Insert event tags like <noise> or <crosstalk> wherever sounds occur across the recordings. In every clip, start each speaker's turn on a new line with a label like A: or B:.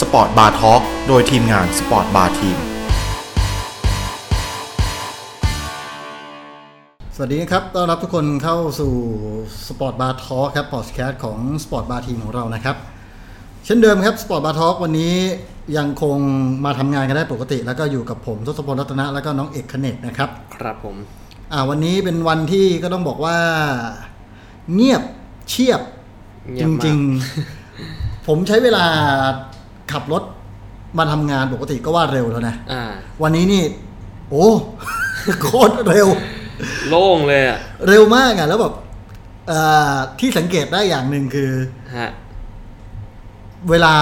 A: สปอร์ตบาร์ทอล์กโดยทีมงานสปอร์ตบาร์ทีม
B: สวัสดีครับ ต้อนรับทุกคนเข้าสู่สปอร์ตบาร์ทอครับพอดแคสต์ของสปอร์ตบาร์ทีมของเรานะครับ เช่นเดิมครับสปอร์ตบาร์ทอวันนี้ยังคงมาทำงานกันได้ปกติ แล้วก็อยู่กับผมทศพลรัตนะ แล้วก็น้องเอกคเนตนะครับ
C: ครับผม
B: อ่าวันนี้เป็นวันที่ก็ต้องบอกว่า เงียบเชียบ
C: เงี
B: จ
C: ยบมาก
B: ริงๆ ผมใช้เวลาขับรถมาทำงานปกติก็ว่าเร็วแล้วนะ
C: อ่า
B: วันนี้นี่ โอ้ <laughs> โคตรเร็ว
C: โล่งเลยอ่ะ
B: เร็วมากอ่ะ แล้วแบบเอ่อที่สังเกตได้อย่างหนึ่งคือ
C: ฮะ
B: เวลา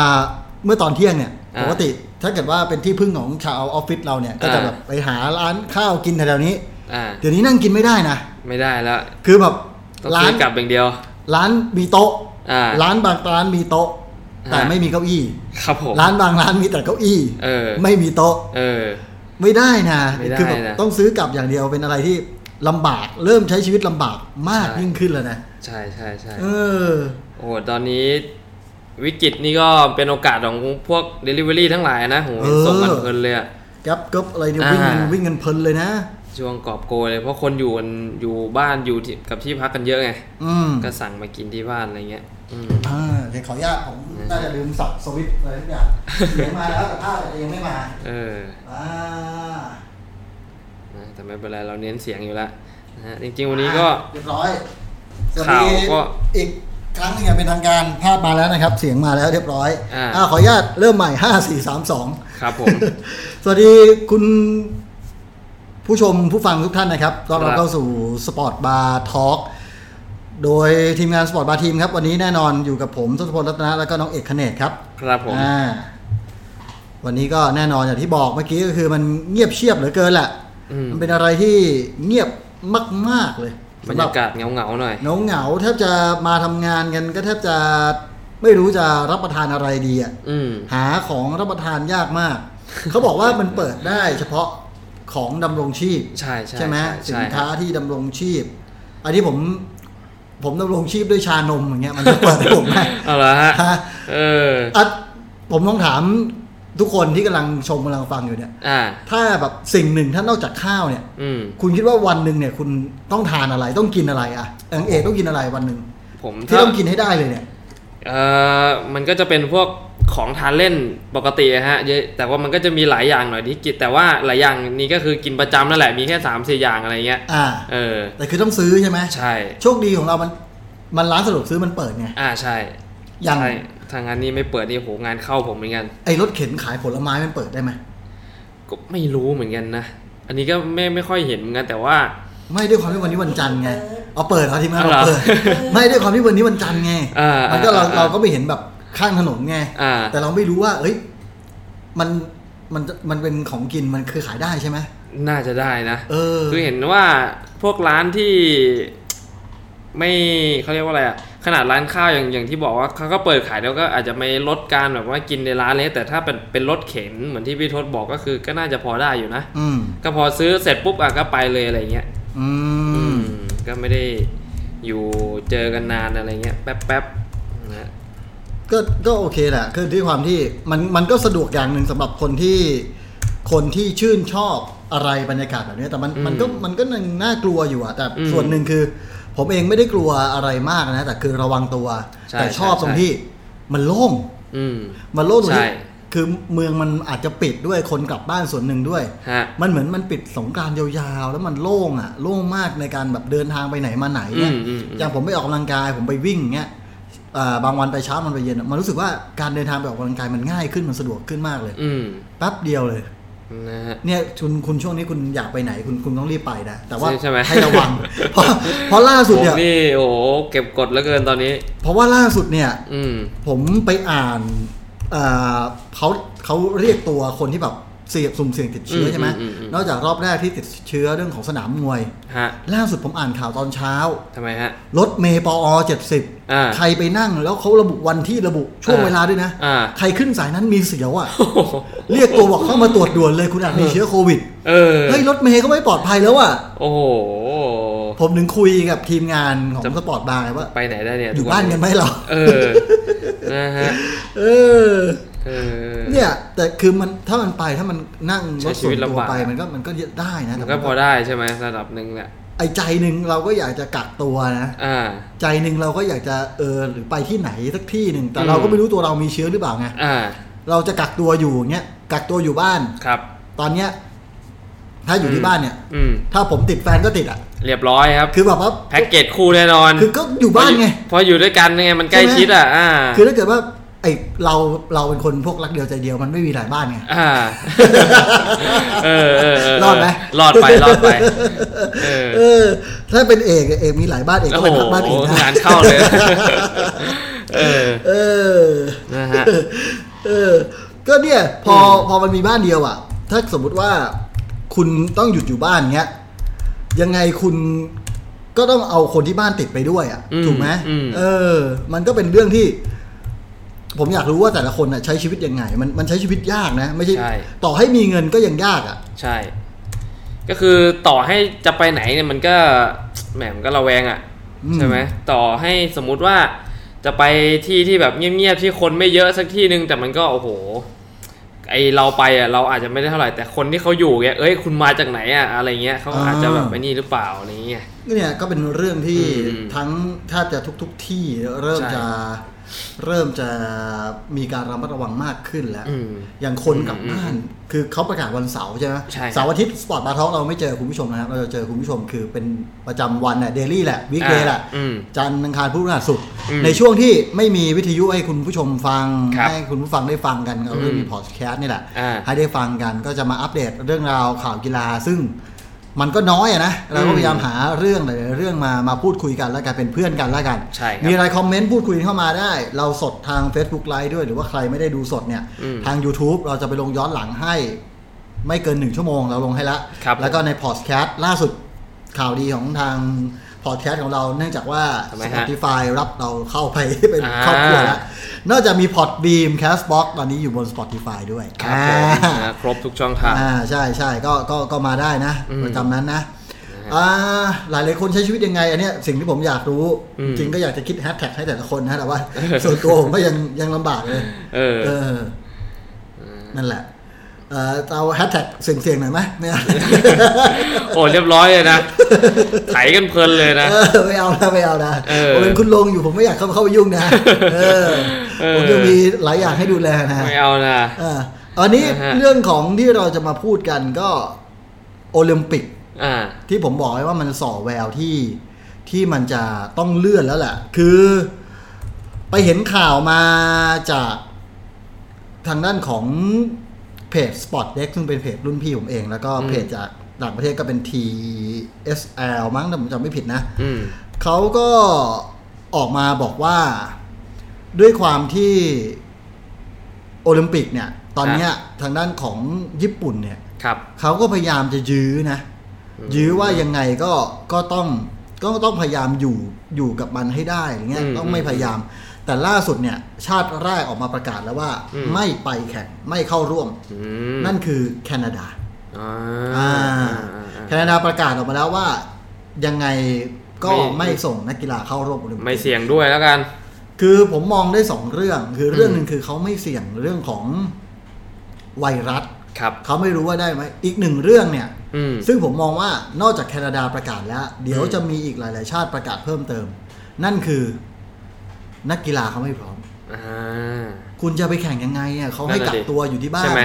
B: เมื่อตอนเที่ยงเนี่ย
C: อ่า
B: ปกติถ้าเกิดว่าเป็นที่พึ่งของชาวออฟฟิศเราเนี่ย ก็จะ
C: อ่า
B: แบบไปหาร้านข้าวกินแถวๆนี้
C: อ่า
B: เดี๋ยวนี้นั่งกินไม่ได้นะ
C: ไม่ได้แล้ว
B: คือแบบ
C: ต้อง
B: ร้า
C: ซื้
B: น
C: อกลับอย่างเดียว
B: ร้านมีโต๊ะ
C: อ่า
B: ร้านบางร้านมีโต๊ะ
C: อ่า
B: แต่ไม่มีเก้าอี้
C: ครับผม
B: ร้านบางร้านมีแต่เก้าอี้
C: เออ
B: ไม่มีโต๊ะ
C: เออ
B: ไม่ได้นะ
C: ไม่ได้นะ
B: คืแบบต้องซื้อกลับอย่างเดียวเป็นอะไรที่ลำบาก เริ่มใช้ชีวิตลำบากมาก
C: ใช่
B: ยิ่งขึ้นแล้วนะ
C: ใช่ใช่ใช่
B: เออ
C: โอ้โหตอนนี้วิกฤตนี่ก็เป็นโอกาสของพวก Delivery ทั้งหลายนะโห
B: เออ
C: ส่งกันเพลินเลยอ่ะ
B: แกับกับอะไรเนี่ยวิ่งกัน
C: อ่า
B: วิ่งกันเพลินเลยนะ
C: ช่วงกอบโกยเลย เพราะคนอยู่กันอยู่บ้านอยู่ที่กับที่พักกันเยอะไง
B: อืม
C: ก็สั่งมากินที่บ้านอะไรเงี้ยอืม
B: อ่าเดี๋ยวขออนุญาตผมน่าจะลืมสับสวิตช์อะไรทุกอย่างเสียงมาแล้วแต่ภาพอาจจะยังไม่มา
C: เออ
B: อ่า
C: นะแต่ไม่เป็นไรเราเน้นเสียงอยู่แล้วนะฮะจริงๆวันนี้ก็
B: เรียบร้อยสวัส
C: ข่าว
B: ดี
C: ก็
B: อีกครั้งหนึงอย่างเป็นทางการภาพมาแล้วนะครับ เสียงมาแล้วเรียบร้อย
C: อ่า
B: ะขออนุญาตเริ่มใหม่ <laughs> 5 4 3
C: ครับผม
B: 2 <laughs> สวัสดีคุณผู้ชมผู้ฟังทุกท่านนะครับต้อนรับ
C: ครับ
B: เข้าสู่สปอร์ตบาร์ทอล์กโดยทีมงานสปอร์ตบาร์ทีมครับ วันนี้แน่นอนอยู่กับผมทศพลรัตนะแล้วก็น้องเอกคเนตครับ
C: ครับผม
B: อ่าวันนี้ก็แน่นอนอย่างที่บอกเมื่อกี้ก็คือมันเงียบเชียบเหลือเกินแหละ
C: อืม
B: นเป็นอะไรที่เงียบมาก ๆ เลย
C: บรรยากาศเงาๆหน่อย
B: เหงาเหงาๆแทบจะมาทำงานกันก็แทบจะไม่รู้จะรับประทานอะไรดีอะ
C: อืม
B: หาของรับประทานยาก
C: <laughs>
B: มาก เขาบอกว่ามันเปิดได้เฉพาะของดำรงชีพ
C: ใช่ใช่
B: ไหมสิ
C: ใช่
B: นค้า
C: ใช่
B: ที่ดำรงชีพ อันนี้ผม ผมดำรงชีพด้วยชานมอย่างเงี้ยมันจะเปิดให้
C: <laughs>
B: ผมไหม
C: เอาละฮะ
B: ฮะ
C: เออ
B: อ่ะผมต้องถามทุกคนที่กำลังชมกำลังฟังอยู่เนี่ย
C: อ่า
B: ถ้าแบบสิ่งหนึ่งถ้านอกจากข้าวเนี่ย
C: อืม
B: คุณคิดว่าวันหนึ่งเนี่ย คุณต้องทานอะไรต้องกินอะไรอะอังเอกต้องกินอะไรวันหนึ่ง
C: ผม
B: ที่
C: ถ้า
B: ต้องกินให้ได้เลยเนี่ย
C: เออมันก็จะเป็นพวกของทานเล่นปกติอะฮะเยอะแต่ว่ามันก็จะมีหลายอย่างหน่อยที่กิน แต่ว่าหลายอย่างนี้ก็คือกินประจำนั่นแหละ มีแค่สามสี่อย่างอะไรเงี้ย
B: อ่า
C: เออ
B: แต่คือต้องซื้อใช่ไหม
C: ใช่
B: โชคดีของเรามันมันร้านสะดวกซื้อมันเปิดไง
C: อ่าใช่
B: อย่าง
C: ใช่ทางงานนี้ไม่เปิดนี่โหงานเข้าผมเหมือนกัน
B: ไอ้รถเข็นขายผลไม้มันเปิดได้ไหม
C: ก็ไม่รู้เหมือนกันนะ อันนี้ก็ไม่ไม่ค่อยเห็นเหมือนกันแต่ว่า
B: ไม่ด้วยความที่วันนี้วันจันทร์ไงเอาเปิดเอาทีมงาน
C: เอาเหร
B: เอา
C: อ <laughs>
B: เปิดไม่ด้วยความที่วันนี้วันจันทร์ไง
C: อ่ามั
B: มันก็เรา
C: อ่าอ่า
B: เราก็ไม่เห็นแบบข้างถนนไง
C: อ่า
B: แต่เราไม่รู้ว่า เอ้ย มัน มัน มันเป็นของกิน มันคือขายได้ใช่ไหม
C: น่าจะได้นะ
B: เออ
C: คือเห็นว่าพวกร้านที่ ไม่เขาเรียกว่าอะไรอะขนาดร้านข้าวอย่างอย่างที่บอกว่าเขาก็เปิดขายแล้วก็อาจจะไม่ลดการแบบว่ากินในร้านเลยแต่ถ้าเป็นเป็นรถเข็นเหมือนที่พี่ทศบอกก็คือก็น่าจะพอได้อยู่นะ
B: อืม
C: ก็พอซื้อเสร็จปุ๊บอ่ะก็ไปเลยอะไรเงี้ย
B: อื
C: อื
B: ม
C: ม ก็ไม่ได้อยู่เจอกันนานอะไรเงี้ยแป๊บแป๊บๆนะ
B: ก็ ก็โอเคแหละ คือด้วยความที่ มัน มันก็สะดวกอย่างหนึ่งสำหรับคนที่ คนที่ชื่นชอบอะไรบรรยากาศแบบนี้ แต่มัน มันก็ มันก็ยังน่ากลัวอยู่อะแต่ส่วนหนึ่งคือ ผมเองไม่ได้กลัวอะไรมากนะ แต่คือระวังตัว แต่ชอบตรงที่ มันโล่ง
C: อืม
B: มันโล่งตรง
C: ใช่
B: ที่ คือเมืองมันอาจจะปิดด้วย คนกลับบ้านส่วนหนึ่งด้วย
C: ฮะ
B: มันเหมือนมันปิดสงกรารยาวๆ แล้วมันโล่งอ่ะ โล่งมากในการแบบเดินทางไปไหนมาไหนเนี่ย
C: อืมอืมอืม
B: อย่างผมไปออกกำลังกายผมไปวิ่งเงี้ยเอ่อบางวันไปเช้ามันไปเย็นอะมันรู้สึกว่าการเดินทางไปออกกำลังกายมันง่ายขึ้นมันสะดวกขึ้นมากเลย
C: อืม
B: แป๊บเดียวเลย
C: นะฮะ
B: เนี่ยคุณคุณช่วงนี้คุณอยากไปไหนคุณคุณต้องรีบไปนะแต่ว่า
C: ใช่ใช่ไหม
B: ระวัง เพราะเพราะล่าสุด
C: ผม
B: เนี่ย
C: นี่โอ้โหเก็บกดแล้วเกินตอนนี้
B: เพราะว่าล่าสุดเนี่ย
C: อืม
B: ผมไปอ่านเอ่อเขาเขาเรียกตัวคนที่แบบเสี่ยงสุ่มเสี่ยงติดเชื้อใช่ไหม
C: อืมอืมอืม
B: นอกจากรอบแรกที่ติดเชื้อเรื่องของสนามมวย
C: ฮะ
B: ล่าสุดผมอ่านข่าวตอนเช้า
C: ทำไมฮะ
B: รถเมย์ปอเจ็ดสิบ
C: อ่า
B: ใครไปนั่งแล้วเขาระบุวันที่ระบุช่วง
C: อ่า
B: เวลาด้วยนะ
C: อ่า
B: ใครขึ้นสายนั้นมีเสียว
C: <laughs>
B: อะ่ะ
C: โอ้โห
B: เรียกตัวบอกเข้ามาตรวจด่วนเลยคุณอาจมีเชื้อโควิด
C: เออ
B: เฮ้ย รถเมย์ก็ไม่ปลอดภัยแล้วอะ่ะ
C: โอ้โห
B: ผมถึงคุยกับทีมงานของ
C: จะ
B: สปอร์ตบาร์ไงว่า
C: ไปไหนได้เนี่ย
B: อยู่
C: ทุวั
B: บ้านกันไหมเรา
C: เออ นะฮะ
B: เออ
C: เออ
B: เนี่ย แต่คือมันถ้ามันไปถ้ามันนั่ง
C: ใช้
B: รถ
C: ชี
B: ส่ว
C: วิ
B: น
C: ต
B: ตัว
C: ลำบาก
B: ไปมันก็มันก็ได้นะ
C: มั
B: แต่
C: นก็พอได้ใช่ไหมระดับหนึ่งแหละ
B: ไอ้ใจหนึ่งเราก็อยากจะกักตัวนะ
C: อ่า
B: ใจหนึ่งเราก็อยากจะเออหรือไปที่ไหนสักที่หนึ่งแต่
C: อืม
B: เราก็ไม่รู้ตัวเรามีเชื้อหรือเปล่าไง
C: อ่า
B: เราจะกักตัวอยู่อย่างเงี้ยกักตัวอยู่บ้าน
C: ครับ
B: ตอนเนี้ยถ้าอยู่ที่บ้านเนี่ย
C: อืม
B: ถ้าผมติดแฟนก็ติดอ่ะ
C: เรียบร้อยครับ
B: คือแบบว่า
C: แพ็กเกจคู่แน่นอน
B: คือก็อยู่บ้านไง
C: พออยู่ด้วยกันไงมันใกล้
B: ใช่ไหม
C: ชิดอ่ะ อ่า
B: คือถ้าเกิดว่าไอเราเราเป็นคนพวกรักเดียวใจเดียวมันไม่มีหลายบ้านไง
C: อ่า เออเออเ
B: รอดไหม
C: รอดไปรอดไปเออ
B: เออ ถ้าเป็นเอกเนี่ยเอกมีหลายบ้านเอก
C: โอ้
B: ก็ไป
C: โห
B: พักบ้านอื่น
C: งา
B: นะ
C: นเข้าเลย เออ
B: เออ
C: นะฮะ
B: เออ ก็เนี่ยพอพอมันมีบ้านเดียวอ่ะ ถ้าสมมุติว่าคุณต้องหยุดอยู่บ้านเงี้ยยังไงคุณก็ต้องเอาคนที่บ้านติดไปด้วยอ่ะ
C: อืม
B: ถูกไหม
C: อืม
B: เออ มันก็เป็นเรื่องที่ ผมอยากรู้ว่าแต่ละคนน่ะใช้ชีวิตยังไง มันมันใช้ชีวิตยากนะ ไม่ใช่
C: ใช่
B: ต่อให้มีเงินก็ยังยากอ่ะ
C: ใช่ ก็คือต่อให้จะไปไหนเนี่ยมันก็แหมมันก็ระแวงอะ่ะ
B: อืม
C: ใช่ไหมต่อให้สมมุติว่าจะไปที่ที่แบบเงียบๆที่คนไม่เยอะสักที่หนึ่งแต่มันก็โอ้โห ไอเราไปอ่ะเราอาจจะไม่ได้เท่าไหร่แต่คนที่เขาอยู่เนี่ยเอ้ยคุณมาจากไหนอ่ะอะไรเงี้ยเขาอาจจะแบบไอ้นี่หรือเปล่าอะไรเงี้ย
B: เนี่ยก็เป็นเรื่องที่
C: อืม
B: ทั้งแทบจะทุก ๆ ที่เริ่ม
C: ใช่
B: จะเริ่มจะมีการระมัดระวังมากขึ้นแล้ว
C: อืม
B: อย่างคนกลับ
C: อืม
B: บ้าน คือเขาประกาศวันเสาร์ใช่ไหม
C: ใช่ครับ
B: เสาร์อาทิตย์สปอร์ตบาร์ทอกเราไม่เจอคุณผู้ชมนะครับเราจะเจอคุณผู้ชมคือเป็นประจำวันน่ะเดลี่แหละวิกเดย์
C: อ่า
B: แหละ
C: อืม
B: จันทร์อังคารพุธพฤหัสศุกร์
C: อืม
B: ในช่วงที่ไม่มีวิทยุให้คุณผู้ชมฟัง
C: ครับ
B: ให้คุณผู้ฟังได้ฟังกันเราเริ่มมี
C: อืม
B: พอดแคสต์นี่แหละ
C: อ่า
B: ให้ได้ฟังกันก็จะมาอัปเดตเรื่องราวข่าวกีฬาซึ่งมันก็น้อยอะนะเราก็พยายามหาเรื่องหลายๆเรื่องมามาพูดคุยกันแล้วกันเป็นเพื่อนกันแล้วกัน
C: ใช่ครับ
B: มีอะไรคอมเมนต์พูดคุยเข้ามาได้ เราสดทาง Facebook Live ด้วยหรือว่าใครไม่ได้ดูสดเนี่ย
C: อืม
B: ทาง YouTube เราจะไปลงย้อนหลังให้ ไม่เกินหนึ่งชั่วโมงเราลงให้ละ
C: ครับ
B: แล้วก็ในพอดแคสต์ล่าสุดข่าวดีของทางพอดแคสต์ของเราเนื่องจากว่า
C: ทำไมฮะ
B: Spotify รับเราเข้าไป <laughs> เป็น
C: อ่า
B: ครอบครัวแล้ว นอกจากมีพอดบีมแคสบ็อกตอนนี้อยู่บน Spotify ด้วย
C: ครับผม
B: อ่า
C: นะครบทุกช่องทาง
B: อ่าใช่ใช่ก็ก็ก็มาได้นะ
C: อืม
B: ประจำนั้นนะอ่าหลายหลายๆคนใช้ชีวิตยังไง อันเนี้ยสิ่งที่ผมอยากรู้
C: อืม
B: จริงก็อยากจะคิดแฮชแท็กให้แต่ละคนนะแต่ว่า ส่วนตัวผมก็ยังยังลำบากเลย
C: เออ
B: อนั่นแหละ เออเอาแฮชแท็กเสียงๆหน่อยไหมไม่เอา
C: <laughs> โอ้เรียบร้อยเลยนะ ไถกันเพลินเลยนะ
B: เออไม่เอานะไม่เอานะ
C: เออ
B: ผมเป็นคุณลงอยู่ผมไม่อยากเข้าเข้าไปยุ่งนะเออ
C: เออ
B: ผมยังมีหลายอย่างให้ดูแลนะ
C: ไม่เอานะ
B: อ่าอันนี้
C: นะฮะ
B: เรื่องของที่เราจะมาพูดกันก็โอลิมปิก
C: อ่า
B: ที่ผมบอกไว้ว่ามันส่อแววที่ที่มันจะต้องเลื่อนแล้วแหละ คือไปเห็นข่าวมาจากทางด้านของเพจ Spot d e x ซึ่งเป็นเพจรุ่นพี่ผมเอง แล้วก็
C: อืม
B: เพจจากต่างประเทศก็เป็น TSL มั้งถ้าผมจำไม่ผิดนะ
C: อืม
B: เขาก็ออกมาบอกว่าด้วยความที่โอลิมปิกเนี่ย ตอนเนี้ยทางด้านของญี่ปุ่นเนี่ย
C: ครับ
B: เขาก็พยายามจะยื้อนะ ยื้อว่ายังไงก็ก็ต้องก็ต้องพยายามอยู่อยู่กับมันให้ได้อย่างเงี้ย
C: อืม
B: ต้องไม่พยายาม แต่ล่าสุดเนี่ย ชาติแรกออกมาประกาศแล้วว่า
C: อืม
B: ไม่ไปแข่งไม่เข้าร่วม
C: อืม
B: นั่นคือแคนาดา
C: อ่า
B: อ่าแค
C: อ่า
B: นาดาประกาศออกมาแล้วว่า ยังไงก็
C: ไม่
B: ไม่ส่งนักกีฬาเข้าร่วมโอลิม
C: ไม่
B: ปิก
C: เสี่ยงด้วยแล้วกัน
B: คือผมมองได้สองเรื่อง คืออ
C: ม
B: เรื่องหนึ่งคือเขาไม่เสี่ยงเรื่องของไวรัส
C: ครับ
B: เขาไม่รู้ว่าได้ไหมอีกหนึ่งเรื่องเนี่ย
C: อืม
B: ซึ่งผมมองว่านอกจากแคนาดาประกาศแล้ว เดี๋ยว
C: อืม
B: จะมีอีกหลาย ๆ ชาติประกาศเพิ่มเติม นั่นคือนักกีฬาเขาไม่พร้อม
C: อ่า
B: คุณจะไปแข่งยังไงอ่ะเขาให้
C: นั่น
B: กั
C: น่ะ
B: ก
C: ดิ
B: ตัวอยู่ที่บ้า
C: ใช่
B: น
C: ไหม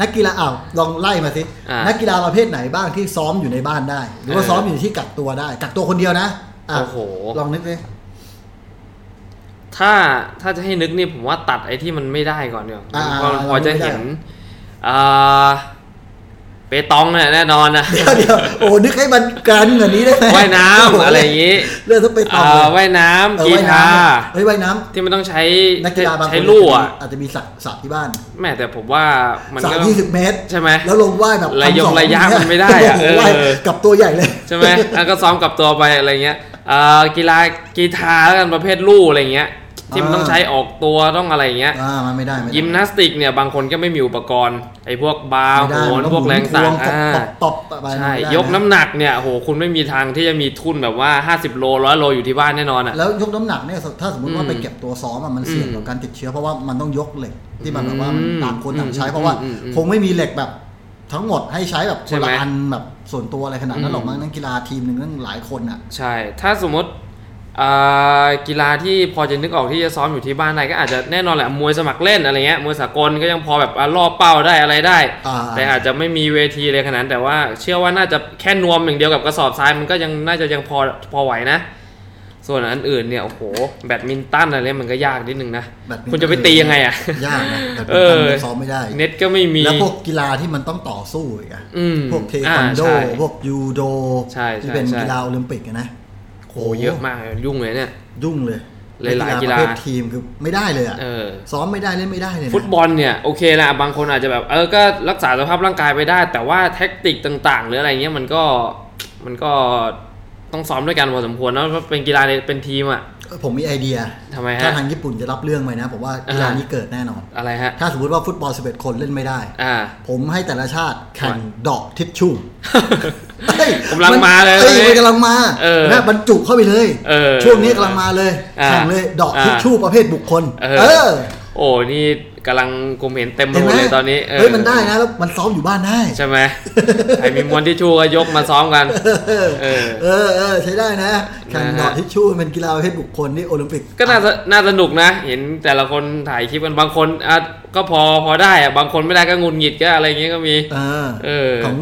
B: นักกีฬาอ้าวลองไล่มาสิ
C: อ่านั
B: นักกีฬาประเภทไหนบ้างที่ซ้อมอยู่ในบ้านได้ หรือว่า
C: เออ
B: ซ้อมอยู่ที่กักตัวได้ กักตัวคนเดียวนะะ
C: โอ้โห
B: ลองนึกสิ
C: ถ้าถ้าจะให้นึกนี่ผมว่าตัดไอ้ที่มันไม่ได้ก่อนเดี๋ยว
B: า
C: พอพอ
B: เรา
C: จะ
B: ไม่ได้
C: เห็นอ่าเปตองเนี่ยแน่นอนนะ
B: เดี๋ยวเดี๋ยวโอ้นึกให้มันกันกว่านี้ได้ไหม
C: ว่ายน้ำอะไรอย่าง
B: นี้
C: นี้
B: เรื่องต้องไปต่
C: อ่าว่ายน้ำกีฬา
B: เฮ้ยว่ายน้ำ
C: ที่มันต้องใช้
B: นักกีฬาบางคน
C: ใช้ลู่อ่ะ
B: อาจจะมีสระสระที่บ้าน
C: แม่แต่ผมว่ามัน
B: สระ
C: ก็
B: ยี่สิบเมตร
C: ใช่ไหม
B: แล้วลงว่ายแบบ
C: ระยง
B: พันสอ
C: ระยะมันไม่ได้อะ
B: โโหว่าย
C: เออ
B: กับตัวใหญ่เลย
C: ใช่ไหมแล้วก็ซ้อมกับตัวไปอะไรเงี้ยเอ่อกีฬากีฬาแล้วกันประเภทลู่อะไรเงี้ย ที่มันต้องใช้ออกตัวต้องอะไรอย่างเงี้ย
B: อ่ามันไม่ได้ไม่ได้
C: ยิมนาสติกเนี่ยบางคนก็ไม่มีอุปกรณ์ไอ้พวกบาร์
B: ไม่
C: โห
B: ได้มัน
C: น
B: ต้อง
C: พวกแรงต่าง
B: คว
C: อ่า
B: ตบตบตบไป
C: ใช่
B: ไม่ได้
C: ยกน้ำหนักเนี่ยโหคุณไม่มีทางที่จะมีทุนแบบว่า 50 โลร้อยโลอยู่ที่บ้านแน่นอนอ่ะ
B: แล้วยกน้ำหนักเนี่ยถ้าสมมติว่า
C: อืม
B: ไปเก็บตัวซ้อมอะมันเสี่ยง
C: อืม
B: ต่อการติดเชื้อเพราะว่ามันต้องยกเหล็กที่มันแบบว่ามัน
C: อืม
B: ต่างคนต่างใช้
C: อืม
B: เพราะว่า
C: อืมอืม
B: คงไม่มีเหล็กแบบทั้งหมดให้ใช้แบบคนละ
C: ใช่ไหม
B: อันแบบส่วนตัวอะไรขนาดนั้นหรอก
C: อืม
B: มั้งนั่นกีฬาทีมหนึ่งนั่นหลายคนอ่ะ
C: ใช่ ถ้าสมมติอ่ากีฬาที่พอจะนึกออกที่จะซ้อมอยู่ที่บ้านได้ก็อาจจะแน่นอนแหละมวยสมัครเล่นอะไรเงี้ยมวยสากลก็ยังพอแบบอ่ะล่อเป้าได้อะไรได้
B: อ่า
C: แต่อาจจะไม่มีเวทีเลยขนาดนั้นแต่ว่าเชื่อว่าน่าจะแค่นวมอย่างเดียวกับกระสอบทรายมันก็ยังน่าจะยังพอพอไหวนะ ส่วนอันอื่นเนี่ยโอ้โหแบดมินตันอะไรมันก็ยากนิดนึงนะ
B: แบดมินตัน
C: คุณจะไปตียังไงอะ
B: ยากนะแต่
C: เออ
B: มันซ้อมไม่ได้
C: เน็ตก็ไม่มี
B: แล้วพวกกีฬาที่มันต้องต่อสู้อีกอะ
C: อืม
B: พวกเทควันโด
C: อ่าใช่
B: พวกยูโด
C: ใช่ใช่
B: ที่เป็น
C: ใช่
B: กีฬาโอลิมปิกอะนะ
C: โอ้โหเยอะมากเลยยุ่งเลยเนี่ย
B: ยุ่งเลย
C: หลายๆกีฬา
B: ประเภททีมคือไม่ได้เลยอะ
C: เออ
B: ซ้อมไม่ได้เล่นไม่ได้เลยนะ
C: ฟุตบอลเนี่ย โอเคละบางคนอาจจะแบบ เออก็รักษาสภาพร่างกายไปได้ แต่ว่าแท็กติกต่าง ๆ หรืออะไรเงี้ยมันก็มันก็ต้องซ้อมด้วยกันพอสมควรเนอะเพราะเป็นกีฬาในเป็นทีมอะ
B: ผมมีไอเดีย
C: ทำไมฮะ
B: ถ้าทางญี่ปุ่นจะรับเรื่องไหมนะ ผมว่ากีฬา
C: อ่านี้
B: นี้เกิดแน่นอน
C: อะไรฮะ
B: ถ้าสมมติว่าฟุตบอล 11 คนเล่นไม่ได้
C: อ่า
B: ผมให้แต่ละชาติแข่งดอกทิช
C: <laughs>
B: ชู่เฮ้ย
C: กำลังมาเลย
B: เอ้ย
C: ตอนนี้
B: มันกำลังมา
C: เออ
B: นะบรรจุเข้าไปเลย
C: เออ
B: ช่วงนี้กำลังมาเลย
C: อ่า
B: แข่งเลยดอกทิชชู่ประเภทบุคคล
C: เออ
B: เออ
C: โอ้นี่กำลังกลุ่มเห็นเต็มไป
B: เห็น
C: ห
B: ไห
C: ม
B: ม
C: ดเลยตอนนี้ออ
B: เฮ้ยมันได้นะแล้วมันซ้อมอยู่บ้านได้
C: ใช่ไหมใครมีมวลที่ชูก็ยกมาซ้อมกัน เออ
B: เออเออใช้ได้นะแข่ง
C: นะฮะ
B: ดอกทิชชู่เป็นกีฬาประเภทบุคคลนี่โอลิมปิก
C: ก็น่าสน่าสนุกนะ เห็นแต่ละคนถ่ายคลิปกันบางคนอ่ะก็พอพอได้อะบางคนไม่ได้ก็หงุนหงิดก็อะไรเงี้ยก็มี
B: เออ
C: เออ
B: ของ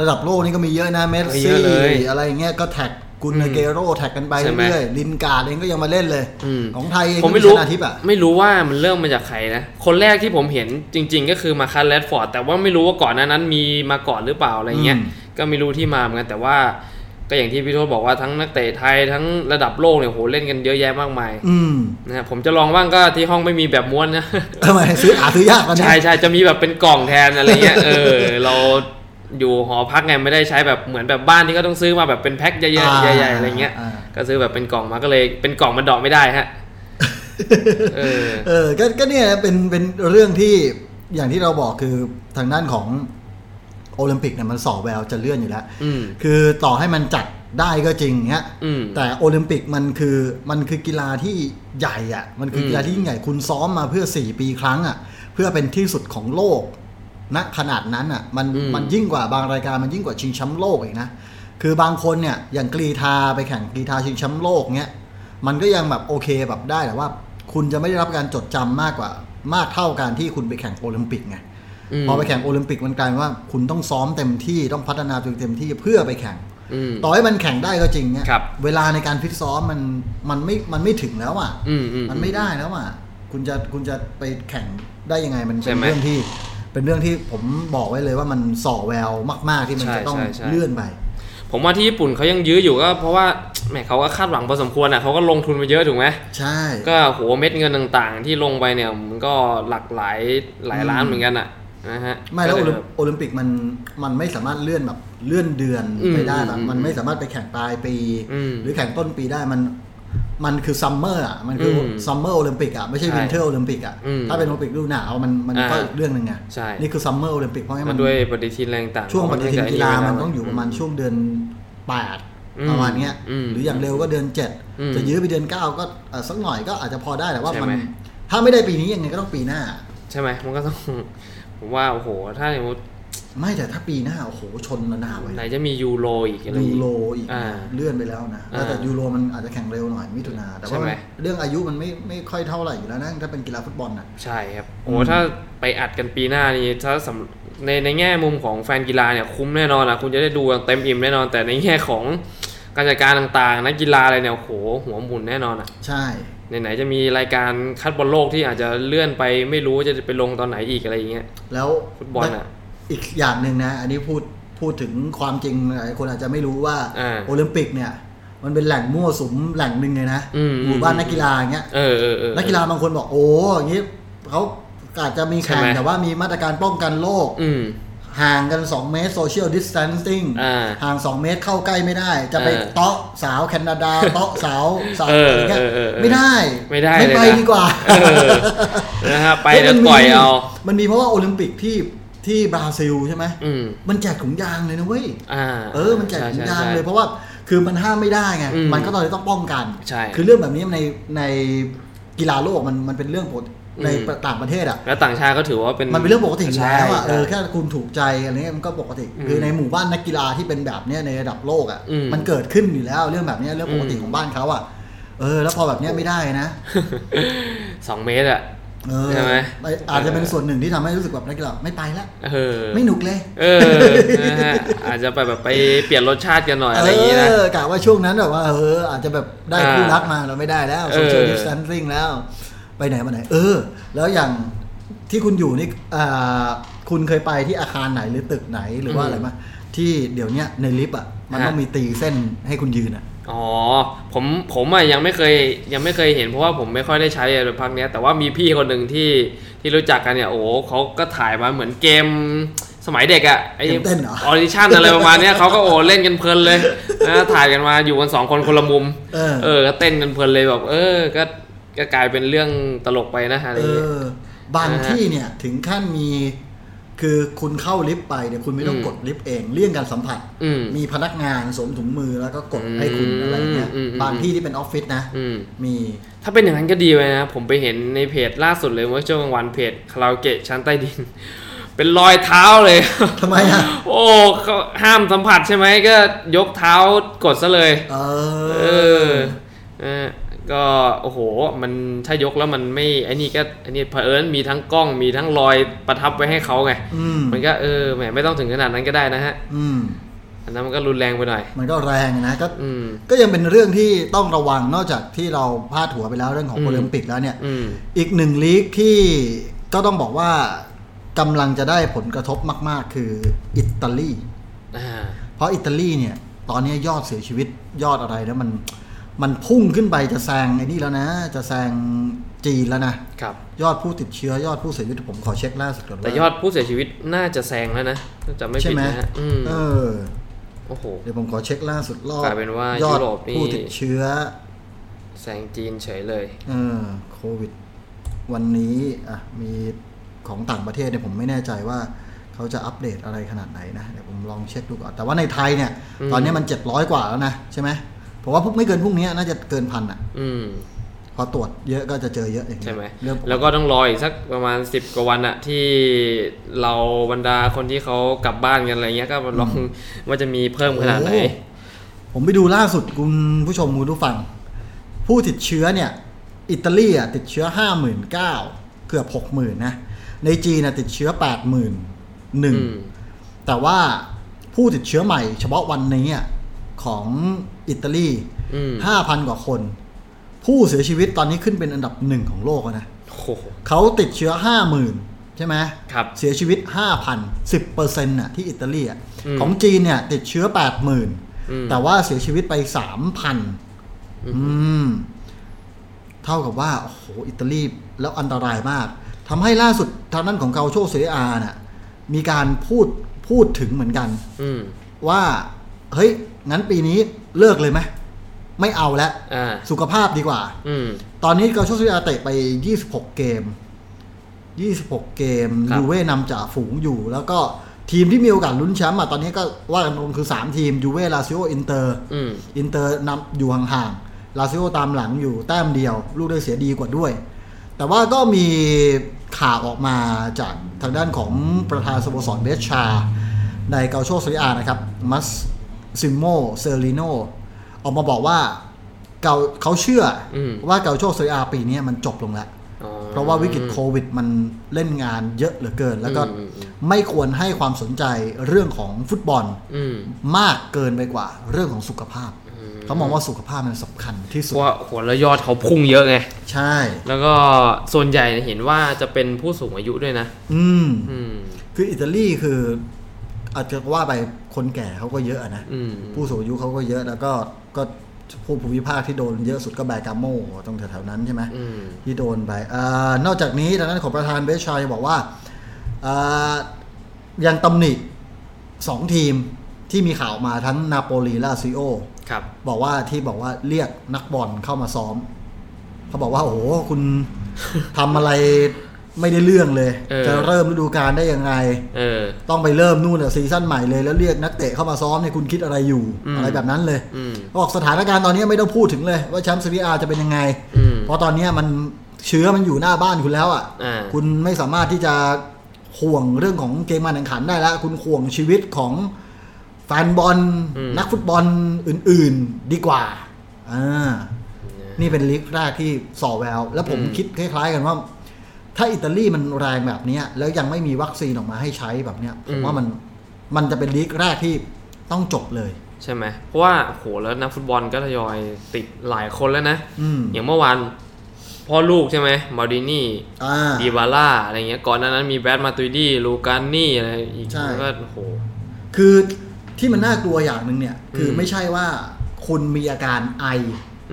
B: ระดับโลกนี่ก็มีเยอะนะเมส
C: เย
B: ซี่
C: อะเลย
B: อะไรเงี้ยก็แท็กกุนเกโรแท็กกันไป
C: ใช่ไหม
B: เรื่อยๆลินการ์ดเองก็ยังมาเล่นเลย
C: อืม
B: ของไทยเอง
C: ผม
B: ก็
C: ไม่รู้
B: ชนาทิพย์อ่ะ
C: ไม่รู้ว่ามันเริ่มมาจากใครนะ คนแรกที่ผมเห็นจริง ๆ ก็คือมาคันแรดฟอร์ดแต่ว่าไม่รู้ว่าก่อนหนานั้นมีมาก่อนหรือเปล่าอะไรเงี้ยก็ไม่รู้ที่มาเหมือนกันแต่ว่า ก็อย่างที่พี่โทษบอกว่าทั้งนักเตะไทยทั้งระดับโลกเนี่ยโหเล่นกันเยอะแยะมากมาย
B: อืม
C: นะฮะผมจะลองบ้างก็ที่ห้องไม่มีแบบม้วนนะ
B: ทำไมซื้อหาซื้อยากกันเนี่
C: ใช่
B: ย
C: ใช่จะมีแบบเป็นกล่องแทนอะไรเงี้ยเออ เราอยู่หอพักไงไม่ได้ใช้แบบเหมือนแบบบ้านที่ก็ต้องซื้อมาแบบเป็นแพ็คใหญ่ๆใหญ่ๆอะไรเงี้ย
B: า
C: ก็ซื้อแบบเป็นกล่องมาก็เลยเป็นกล่องมันเดอกไม่ได้ฮะ เออ
B: เออก็ก็เนี่ยเป็นเป็นเรื่องที่อย่างที่เราบอกคือทางด้านของโอลิมปิกเนี่ยมันสอแววจะเลื่อนอยู่แล้ว
C: อืม
B: คือต่อให้มันจัดได้ก็จริงเงี้ย
C: อืม
B: แต่โอลิมปิกมันคือมันคือกีฬาที่ใหญ่อะมันคืออ
C: ม
B: กีฬาที่ยิ่งใหญ่คุณซ้อมมาเพื่อ 4 ปีครั้งอะเพื่อเป็นที่สุดของโลกณขนาดนั้นอะมัน
C: อืม
B: มันยิ่งกว่าบางรายการมันยิ่งกว่าชิงแชมป์โลกอีกนะคือบางคนเนี่ยอย่างกรีธาไปแข่งกรีธาชิงแชมป์โลกเนี้ยมันก็ยังแบบโอเคแบบได้แต่ว่า คุณจะไม่ได้รับการจดจำมากกว่ามากเท่าการที่คุณไปแข่งโอลิมปิกไง
C: อืม
B: พอไปแข่งโอลิมปิกมันกลายเป็นว่า คุณต้องซ้อมเต็มที่ต้องพัฒนาตัวเองเต็มที่เพื่อไปแข่ง
C: อืม
B: ต่อให้มันแข่งได้ก็จริงเนี่ย
C: ครับ
B: เวลาในการฟิตซ้อมมันมันไม่มันไม่ถึงแล้วอ่ะ
C: อืมอืม
B: มันไม่ได้แล้วอ่ะ คุณจะคุณจะไปแข่งได้ยังไงมัน
C: ใช่
B: เป็น
C: ไหม
B: เรื่องที่ เป็นเรื่องที่ผมบอกไว้เลยว่ามันส่อแววมาก ๆที่มัน
C: ใช่
B: จะต้อง
C: ใช่ใช่
B: เลื่อนไป
C: ผมว่าที่ญี่ปุ่นเขายังยื้ออยู่ก็เพราะว่าแหมเขาก็คาดหวังพอสมควรอ่ะเขาก็ลงทุนไปเยอะถูกไหม
B: ใช่
C: ก็โหเม็ดเงินต่างๆ ที่ลงไปเนี่ยมันก็หลักหลายหลายล้านเหมือนกันอ่ะนะฮะ
B: ไม่แล้ว
C: ก็
B: โอ
C: เย
B: ลิม
C: แบบ
B: โอลิมปิกมันมันไม่สามารถเลื่อนแบบเลื่อนเดือน
C: อืม
B: ไปได้แบบ
C: อืม
B: มันไม่สามารถไปแข่งปลายปี
C: อืม
B: หรือแข่งต้นปีได้มันมันคือซัมเมอร์อ่ะมันคืออ
C: ม
B: ซัมเมอร์โอลิมปิกอ่ะไม่ใช่
C: ใช่
B: วินเทอร์โอลิมปิกอ่ะ
C: อืม
B: ถ้าเป็นโอลิมปิกฤดูหนาวมันมัน
C: อ่า
B: ก็อีกเรื่องหนึ่งไง
C: ใช่
B: นี่คือซัมเมอร์โอลิมปิกเพราะงั้น
C: มั
B: มันน
C: ด้วยปฏิทินอะไรต่างๆ
B: ช่วงปฏิทิน
C: มั
B: กีฬา
C: จะ
B: มันต้องอยู่ประมาณช่วงเดือนแปด
C: อืม
B: ประมาณเนี้ย
C: อืม
B: หรืออย่างเร็วก็เดือนเจ็ด
C: อืม
B: จะยื้อไปเดือนเก้าก็เอ่อสักหน่อยก็อาจจะพอได้แต่ว่า
C: ใช่
B: มัน
C: ไหม
B: ถ้าไม่ได้ปีนี้ยังไงก็ต้องปีหน้า
C: ใช่ไหมมันก็ต้อง <laughs> ผมว่าโอ้โห ถ้าสมมติ
B: ไม่แต่ถ้าปีหน้าโอ้โหชนระนาวเลย
C: ไหนจะมียูโรอีกอะไร
B: ยู
C: อีก
B: โรอีกนะ
C: อ่า
B: เลื่อนไปแล้วนะ
C: อ่า
B: แต่ยูโรมันอาจจะแข่งเร็วหน่อยมิถุนาแต่ว่า
C: ใช่ไหม
B: เรื่องอายุมันไม่ไม่ค่อยเท่าไหร่อยู่แล้วนะถ้าเป็นกีฬาฟุตบอลนะ
C: ใช่ครับ
B: อื
C: โอ้
B: ม
C: ถ้าไปอัดกันปีหน้านี่ถ้าสำในในแง่มุมของแฟนกีฬาเนี่ยคุ้มแน่นอนนะคุณจะได้ดูกันเต็มอิ่มแน่นอน แต่ในแง่ของการจัดการต่างๆนักกีฬาอะไรเนี่ยโอ้โหหัวหมุนแน่นอนอ่ะ
B: ใช่
C: ไหนๆจะมีรายการคัดบอลโลกที่อาจจะเลื่อนไปไม่รู้ว่าจะไปลงตอนไหนอีกอะไรอย่างเงี้ย
B: แล้ว
C: ฟุตบอลน่ะ
B: อีกอย่างหนึ่งนะ อันนี้พูดพูดถึงความจริงหลายคนอาจจะไม่รู้ว่า
C: อ่า
B: โอลิมปิกเนี่ย มันเป็นแหล่งมั่วสุมแหล่งหนึ่งเลยนะ
C: อืม
B: หมู่บ้านนักกีฬาอย่างเงี้ย
C: เออเออเออ
B: นักกีฬาบางคนบอกโอ้อยางงี้เขาอาจจะมีแข่ง
C: ใช่ไหม
B: แต่ว่ามีมาตรการป้องกันโรค
C: อืม
B: ห่างกัน 2 เมตร social distancing
C: อ่า
B: ห่าง 2 เมตรเข้าใกล้ไม่ได้ จะไป
C: เออ
B: เตาะสาวแคนาดา
C: <laughs>
B: เตาะสาวสาว
C: เออ
B: อะไรเงี้ย
C: เออเออเออ
B: ไม่ได้
C: ไม่ได้
B: ไม่
C: เลย
B: ไป
C: นะ
B: ดีกว่า
C: เออนะฮะไปแล้
B: ฮ้
C: ว
B: มันมี
C: ปล่อยเอา
B: มันมีเพราะว่าโอลิมปิกที่ที่บราซิลใช่ไหม
C: อืม
B: มันแจกถุงยางเลยนะเว้ย
C: อ่า
B: เออ มันแจกถุงยางเลย เพ
C: ใช่
B: ราะว่าคือมันห้ามไม่ได้ไง
C: อืม
B: มันก็ตอนนี้ต้องป้องกัน
C: ใช่
B: คือเรื่องแบบนี้ในในกีฬาโลกมันมันเป็นเรื่องปกติ
C: อืม
B: ในต่างประเทศอ่ะ
C: ใช่แล้วต่างชาติก็ถือว่าเป็น
B: มันเป็นเรื่องปกติอยู่แล้วอ่ะ
C: ใช่
B: เออ แค่คุณถูกใจอะไรเงี้ยมันก็ปกติ
C: อืม
B: คือในหมู่บ้านนักกีฬาที่เป็นแบบเนี้ยในระดับโลกอ่ะ
C: อืม
B: มันเกิดขึ้นอยู่แล้วเรื่องแบบเนี้ยเรื่องปกติ
C: อืม
B: ของบ้านเขาอ่ะ เออ แล้วพอแบบเนี้ยไม่ได้นะ
C: สองเมตรอ่ะ
B: เออ
C: ใช่ไหม
B: อาจจะเป็นส่วนหนึ่งที่ทำให้รู้สึกแบบนักกีฬาไม่ไปละ
C: เออ
B: ไม่หนุกเลย
C: เออนะฮะอาจจะไปแบบไปเปลี่ยนรสชาติกันหน่อยอะไรอย่างนี้นะ
B: เออกะว่าช่วงนั้นแบบว่า เออ อาจจะแบบได้
C: อ่า
B: คู่รักมาเราไม่ได้แล้วโซเชียล
C: เออ
B: ดิส a ทนซิ่งแล้ว ไปไหนมาไหน เออ แล้วอย่างที่คุณอยู่นี่อ่าคุณเคยไปที่อาคารไหนหรือตึกไหนหรือว่าอะไรมาที่เดี๋ยวเนี้ยในลิฟต์อ่ะมันต้องมีตีเส้นให้คุณยืนอ่ะ
C: อ๋อผมผมอ่ะยังไม่เคยยังไม่เคยเห็นเพราะว่าผมไม่ค่อยได้ใช้อะไรพักเนี้ยแต่ว่ามีพี่คนหนึ่งที่ที่รู้จักกันเนี่ยโอ้โหเขาก็ถ่ายมาเหมือนเกมสมัยเด็กอะไอ
B: เกมเต้นเหรอ
C: ออดิชั่นอะไรประมาณเนี้ยเขาก็โอ้เล่นกันเพลินเลยนะถ่ายกันมาอยู่กันสองคนคนละมุม
B: เออ
C: เออก็เต้นกันเพลินเลยแบบเออก็ก็กลายเป็นเรื่องตลกไปนะฮะอะไร
B: เอ
C: อย่างงี้
B: อบาง
C: อ่าฮะ
B: ที่เนี่ยถึงขั้นมี คือคุณเข้าลิฟต์ไปเนี่ยคุณไม่ต้อง
C: อืม
B: กดลิฟต์เองเลี่ยงการสัมผัส
C: อืม
B: มีพนักงานสวมถุงมือแล้วก็กดให้คุณ
C: อืม
B: อะไรเงี้ย
C: อืมอืม
B: บางที่ที่เป็นออฟฟิศนะ
C: อืม
B: มี
C: ถ้าเป็นอย่างนั้นก็ดีไปนะ ผมไปเห็นในเพจล่าสุดเลยเมื่อช่วงกลางวันเพจคาราโอเกะชั้นใต้ดิน <laughs> เป็นรอยเท้าเลย <laughs>
B: ทำไมอ่ะ
C: โอ้เขาห้ามสัมผัสใช่ไหมก็ยกเท้ากดซะเลย
B: เอ
C: เอ
B: อ
C: อเออก็โอ้โห มันถ้ายกแล้วมันไม่ไอ้นี่ก็ไอ้นี่เผอิญมีทั้งกล้องมีทั้งรอยประทับไว้ให้เขาไง
B: อืม
C: มันก็เออแหมไม่ต้องถึงขนาดนั้นก็ได้นะฮะ
B: อืม
C: อันนั้นมันก็รุนแรงไปหน่อย
B: มันก็แรงนะก็
C: อืม
B: ก็ยังเป็นเรื่องที่ต้องระวังนอกจากที่เราพาดหัวไปแล้วเรื่องของโอลิมปิกแล้วเนี่ย
C: อืม
B: อีกหนึ่งลีกที่ก็ต้องบอกว่ากำลังจะได้ผลกระทบมาก ๆ คืออิตาลี
C: อ่า
B: เพราะอิตาลีเนี่ย ตอนนี้ยอดเสียชีวิตยอดอะไรแล้วมัน มันพุ่งขึ้นไปจะแซงไอ้นี่แล้วนะ จะแซงจีนแล้วนะ
C: ครับ
B: ยอดผู้ติดเชื้อยอดผู้เสียชีวิตผมขอเช็คล่าสุดก่อนว่า
C: แต่ยอดผู้เสียชีวิตน่าจะแซงแล้วนะถ้าจะไม่
B: ใช่
C: ผิด
B: ไหม
C: นะฮะอืม
B: เออ
C: โอ้โห
B: เดี๋ยวผมขอเช็คล่าสุดรอบ
C: กลายเป็นว่าย
B: อด
C: ยุโรปนี่
B: ผู้ติดเชื้อ
C: แซงจีนเฉยเลย
B: เออโควิด วันนี้อ่ะมีของต่างประเทศเนี่ยผมไม่แน่ใจว่าเขาจะอัปเดตอะไรขนาดไหนนะ เดี๋ยวผมลองเช็คดูก่อน แต่ว่าในไทยเนี่ย
C: อืม
B: ตอนนี้มัน 700 กว่าแล้วนะ ใช่ไหมผมว่าพวกไม่เกินพรุ่งนี้น่าจะเกินพันอ่ะ
C: อืม
B: พอตรวจเยอะก็จะเจอเยอะอย่างเงี้ย
C: ใช่ไหม
B: เรื่องปกติ
C: แล้วก็ต้องรออีกสักประมาณ 10 กว่าวันอะที่เราบรรดาคนที่เขากลับบ้านกันอะไรเงี้ยก็ลองว่าจะมีเพิ่มขนาดไหน
B: โอ้ผมไปดูล่าสุดคุณผู้ชมคุณผู้ฟัง ผู้ติดเชื้อเนี่ย อิตาลีอ่ะติดเชื้อ 59,000เกือบ60,000นะ ในจีนน่ะติดเชื้อ
C: อืม
B: 81,000 แต่ว่าผู้ติดเชื้อใหม่ เฉพาะวันนี้อ่ะของอิตาลี
C: อืม
B: 5,000 กว่าคน ผู้เสียชีวิตตอนนี้ขึ้นเป็นอันดับหนึ่งของโลกแล้วนะ
C: โอ้โห
B: เขาติดเชื้อ 50,000 ใช่ไหม
C: ครับ
B: เสียชีวิต 5,000 10เปอร์เซ็นต์น่ะที่อิตาลีอ่ะ
C: อืม
B: ของจีนเนี่ย ติดเชื้อ
C: อืม
B: 80,000 แต่ว่าเสียชีวิตไป 3,000 อืม เท่ากับว่า โอ้โห อิตาลีแล้วอันตรายมากทำให้ล่าสุดทางด้านของเกาโชเซเรียอาน่ะมีการพูดพูดถึงเหมือนกัน
C: อืม
B: ว่า เฮ้ย งั้นปีนี้เลิกเลยไหมไม่เอาแล้ว
C: อ่า
B: สุขภาพดีกว่า
C: อืม
B: ตอนนี้เกาโชซิอาเตะไป 26 เกม 26 เกม
C: ครับ
B: ยูเว่นำจ่าฝูงอยู่ แล้วก็ทีมที่มีโอกาสลุ้นแชมป์อะตอนนี้ก็ว่ากันตรงคือ 3 ทีมยูเว่ลาซิโออินเตอร์
C: อืม
B: อินเตอร์นำอยู่ห่างๆลาซิโอตามหลังอยู่แต้มเดียว ลูกได้เสียดีกว่าด้วย แต่ว่าก็มีข่าวออกมาจากทางด้านของประธานสโมสรเบสชา ในเกาโชซิอานะครับมัสซิโมเซอริโนออกมาบอกว่าเกาเขาเชื่ออ
C: ม
B: ว่าเกาโชเซียอาปีนี้มันจบลงแล้ว
C: อ๋อ
B: เพราะว่าวิกฤตโควิดมันเล่นงานเยอะเหลือเกิน แล้วก็
C: อืมอืม
B: ไม่ควรให้ความสนใจเรื่องของฟุตบอล
C: อืม
B: มากเกินไปกว่าเรื่องของสุขภาพ เขามองว่าสุขภาพมันสำคัญที่
C: เพ
B: สุด
C: ราะว่าโอ้โหแล้วยอดเขาพุ่งเยอะไง
B: ใช่
C: แล้วก็ส่วนใหญ่เห็นว่าจะเป็นผู้สูงอายุด้วยนะ
B: อืม
C: อืม
B: คืออิตาลีคืออาจจะว่าไปคนแก่เขาก็เยอะอะนะ
C: อืม
B: ผู้สูงอายุเขาก็เยอะแล้วก็ก็ผู้ภูมิภาคที่โดนเยอะสุดก็แบกาโมตรงแถวๆนั้นใช่ไหม
C: อืม
B: ที่โดนไปอานอกจากนี้ทางด้านของประธานเบสชายงบอกว่าอ่า ยังตำหนิสองทีมที่มีข่าวมาทั้งนาโปลีและอาซิโอ
C: ครับ
B: บอกว่าที่บอกว่าเรียกนักบอลเข้ามาซ้อม เขาบอกว่า โอ้โห คุณ <laughs> ทำอะไรไม่ได้เรื่องเลย จะเริ่มฤดูกาลได้ยังไง
C: เออ
B: ต้องไปเริ่มนู่นอะซีซั่นใหม่เลยแล้วเรียกนักเตะเข้ามาซ้อมเนี่ยคุณคิดอะไรอยู่
C: อืม
B: อะไรแบบนั้นเลย
C: อืม
B: บอกสถานการณ์ตอนนี้ไม่ต้องพูดถึงเลยว่าแชมป์ซีรีอาจะเป็นยังไง
C: อืม
B: เพราะตอนเนี้ยมันเชื้อมันอยู่หน้าบ้านคุณแล้วอ่ะ
C: อ่า
B: คุณไม่สามารถที่จะห่วงเรื่องของเกมการแข่งขันได้แล้ว คุณห่วงชีวิตของแฟนบอล
C: อืม
B: นักฟุตบอลอื่น ๆ ดีกว่าอ่านี่เป็นลีกแรกที่ส่อแวว แล้วผมคิดคล้าย ๆ กันว่า ถ้าอิตาลีมันแรงแบบเนี้ย แล้วยังไม่มีวัคซีนออกมาให้ใช้แบบเนี้ยผมว่ามันมันจะเป็นลีกแรกที่ต้องจบเลย
C: ใช่ไหมเพราะว่าโหแล้วนักฟุตบอลก็ทยอยติดหลายคนแล้วนะ
B: อืม
C: อย่างเมื่อวานพ่อลูกใช่ไหมมาดินี่
B: อ่า
C: ดีบาร่าอะไรเงี้ยก่อนหน้านั้นมีแบรดมาตุยดี้ลูกานนี่อะไรอีก
B: ใช่
C: แล้วก็โอ้โห
B: คือที่มันน่ากลัวอย่างหนึ่งเนี่ย คืออ
C: ม
B: ไม่ใช่ว่าคุณมีอาการไอ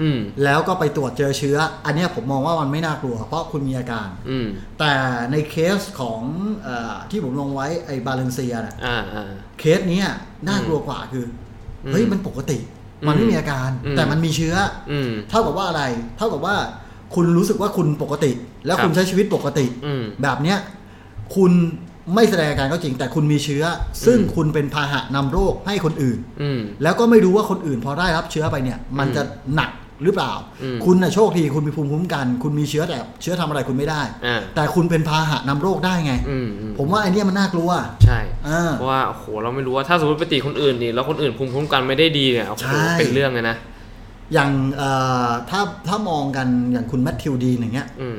C: อืม
B: แล้วก็ไปตรวจเจอเชื้อ อันเนี้ยผมมองว่ามันไม่น่ากลัว เพราะคุณมีอาการ
C: อืม
B: แต่ในเคสของเออที่ผมลงไว้ไอ้บาเลนเซียน่ะ
C: อ่าอ่า
B: เคสเนี้ยน่ากลัวกว่าคืออ
C: ม
B: เฮ้ยมันปกติ มันไม่มีอาการ
C: อืม
B: แต่มันมีเชื้ออ
C: อืม
B: เท่ากับว่าอะไร เท่ากับว่าคุณรู้สึกว่าคุณปกติ แล้ว
C: ครับ
B: คุณใช้ชีวิตปกติ
C: อืม
B: แบบเนี้ยคุณไม่แสดงอาการก็จริง แต่คุณมีเชื้อ ซึ่ง
C: อืม
B: คุณเป็นพาหะนำโรคให้คนอื่น
C: อืม
B: แล้วก็ไม่รู้ว่าคนอื่นพอได้รับเชื้อไปเนี่ย มันจะหนักหรือเปล่า
C: อืม
B: คุณนะโชคดีคุณมีภูมิคุ้มกัน คุณมีเชื้อแต่เชื้อทำอะไรคุณไม่ได้
C: อ่า
B: แต่คุณเป็นพาหะนำโรคได้ไง
C: อืมอืม
B: ผมว่าไอเนี้ยมันน่ากลัว
C: ใช่
B: อ่า
C: เพราะว่าโอ้โหเราไม่รู้ว่าถ้าสมมติไปตีคนอื่นนี่แล้วคนอื่นภูมิคุ้มกันไม่ได้ดีเนี่ยโอ้
B: ใช่
C: โหเป็นเรื่องเลยนะ
B: อย่างเอ่อถ้าถ้ามองกันอย่างคุณแมทธิวดีนอย่างเงี้ย
C: อืม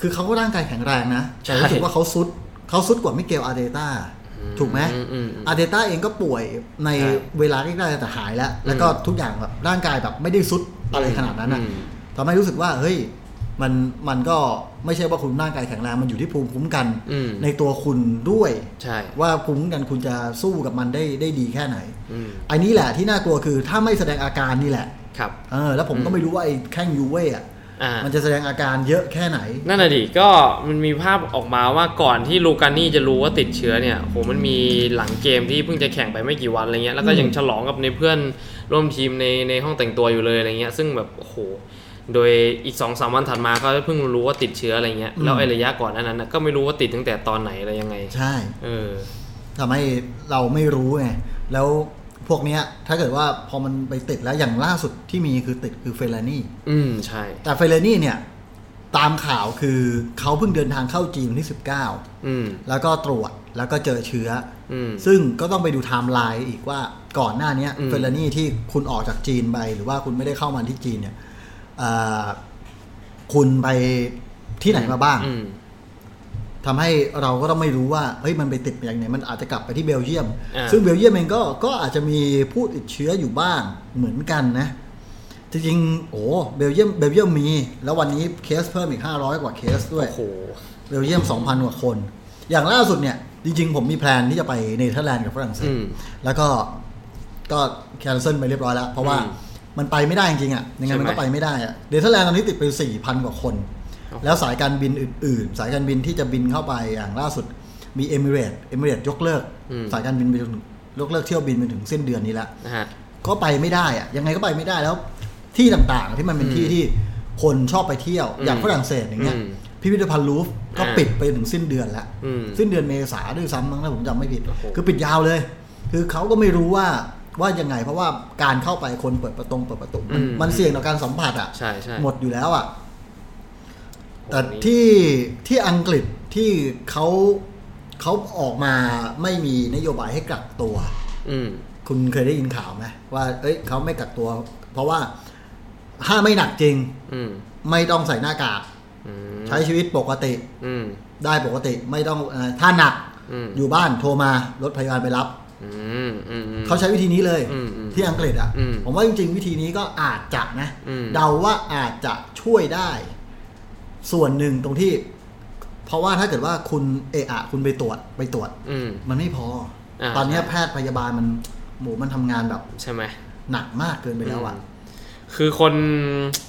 B: คือเขาก็ร่างกายแข็งแรงนะ
C: ใช่
B: แต่รู้สึกว่าเขาซุดเขาซุดกว่ามิเกลอาร์เตต้าถูกไหม
C: อืมอืมอืม
B: อาร์เตต้าเองก็ป่วยใน
C: ใช่
B: เวลาใกล้ๆแต่หายแล้ว แล้วก็ทุกอย่างแบบร่างกายแบบไม่ได้ซุดอะไรขนาดนั้นนะ
C: อืม
B: ทำให้รู้สึกว่าเฮ้ยมันมันก็ไม่ใช่ว่าคุณร่างกายแข็งแรงมันอยู่ที่ภูมิคุ้มกัน
C: อืม
B: ในตัวคุณด้วย
C: ใช่
B: ว่าภูมิคุ้มกันคุณจะสู้กับมันได้ได้ดีแค่ไหน
C: อืม
B: อันนี้แหละที่น่ากลัวคือถ้าไม่แสดงอาการนี่แหละ
C: ครับ
B: เออแล้วผมก็ไม่รู้ว่าไอ้แข้งยูเว่อะ
C: อ่า
B: มันจะแสดงอาการเยอะแค่ไหน
C: นั่นน่ะดิก็มันมีภาพออกมาว่าก่อนที่ลูกานี่จะรู้ว่าติดเชื้อเนี่ยโหมันมีหลังเกมที่เพิ่งจะแข่งไปไม่กี่วันอะไรเงี้ยแล้วก็ยังฉลองกับในเพื่อนร่วมทีมในในห้องแต่งตัวอยู่เลยอะไรเงี้ยซึ่งแบบโอ้โหโดยอีก2อสามวันถัดมาก็เพิ่งรู้ว่าติดเชื้ออะไรเงี้ย
B: อืม
C: แล้วไอ้ระยะก่อนหนานั้นน่ะก็ไม่รู้ว่าติดตั้งแต่ตอนไหนอะไรยังไง
B: ใช่
C: เออ
B: ทำให้เราไม่รู้ไงแล้วพวกเนี้ยถ้าเกิดว่าพอมันไปติดแล้วอย่างล่าสุดที่มีคือติดคือเฟลานี่
C: อืมใช่
B: แต่เฟลานี่เนี่ยตามข่าวคือเขาเพิ่งเดินทางเข้าจีนวันที่ 19
C: อืม
B: แล้วก็ตรวจแล้วก็เจอเชื้อ
C: อืม
B: อซึ่งก็ต้องไปดูไทม์ไลน์อีกว่าก่อนหน้าเนี้ย
C: อืม
B: เฟลลานี่ที่คุณออกจากจีนไป หรือว่าคุณไม่ได้เข้ามาที่จีนเนี่ยเอ่อคุณไปที่ไหนมาบ้าง
C: อืม
B: ทำให้เราก็ต้องไม่รู้ว่าเฮ้ยมันไปติดมาอย่างไหนมันอาจจะกลับไปที่เบลเยียม
C: อ่า
B: ซึ่งเบลเยียมเองก็ก็อาจจะมีผู้ติดเชื้ออยู่บ้างเหมือนกันนะ จริงๆโอ้เบลเยียมเบลเยียมมี แล้ววันนี้เคสเพิ่มอีก 500 กว่าเคสด้วย
C: โอ้โห
B: เบลเยียม 2,000 กว่าคน อย่างล่าสุดเนี่ย จริงๆ ผมมีแพลนที่จะไปเนเธอร์แลนด์กับฝรั่งเศ
C: อื
B: ส
C: ม
B: แล้วก็ก็แคนเซิลไปเรียบร้อยแล้ว เพราะว่า
C: อืม
B: มันไปไม่ได้จริงๆอ่ะ ยังไงมันก็
C: ใช่ไหม
B: ไปไม่ได้อ่ะ เนเธอร์แลนด์ตอนนี้ติดไป 4,000 กว่าคน
C: โอ้โห
B: แล้วสายการบินอื่น ๆ สายการบินที่จะบินเข้าไปอย่างล่าสุดมีเอมิเรตเอมิเรตยกเลิก สายการบินไปจนถึงยกเลิกเที่ยวบินไปถึงสิ้นเดือนนี้แล้ว
C: นะฮะ
B: ก็ไปไม่ได้อะยังไงก็ไปไม่ได้แล้วที่ต่างๆ ที่มันเป็นที่ที่คนชอบไปเที่ยว
C: อืม
B: อย่างฝรั่งเศสอย่างเงี้ย
C: อืม
B: พิพิธภัณฑ์ลูฟก็
C: อ่า
B: ปิดไปถึงสิ้นเดือนแล้ว
C: อืม
B: สิ้นเดือนเมษาด้วยซ้ำมั้งถ้าผมจำไม่ผิด
C: โอ้โห
B: คือปิดยาวเลย คือเขาก็ไม่รู้ว่าว่ายังไง เพราะว่าการเข้าไปคนเปิดประตงเปิดประตูมันมันเสี่ยงต่อการสัมผัสอ่ะ
C: ใช่ใช่
B: หมดอยู่แล้วอ่ะ แต่
C: โอ้โหนี่
B: ที่ที่อังกฤษที่เขาเขาออกมาไม่มีนโยบายให้กักตัว
C: อืม
B: คุณเคยได้ยินข่าวไหมว่า เอ้ยเขาไม่กักตัว เพราะว่าถ้าไม่หนักจริง
C: อืม
B: ไม่ต้องใส่หน้ากาก
C: อืม
B: ใช้ชีวิตปกติ
C: อืม
B: ได้ปกติไม่ต้องเออถ้าหนัก
C: อืม
B: อยู่บ้านโทรมารถพยาบาลไปรับ
C: อืมอืมอืม
B: เขาใช้วิธีนี้เลย
C: อืมอืม
B: ที่อังกฤษอ่ะ
C: อืม
B: ผมว่าจริง ๆ วิธีนี้ก็อาจจะนะ
C: อืม
B: เดาว่าอาจจะช่วยได้ ส่วนหนึ่งตรงที่ เพราะว่าถ้าเกิดว่าคุณเอะอะคุณไปตรวจไปตรวจ
C: อืม
B: มันไม่พอ
C: อ่า
B: ตอนเนี้ยแพทย์พยาบาลมันโหมูมันทำงานแบบ
C: ใช่ไหม
B: หนักมากเกินไปแล้วอ่ะ
C: คือคน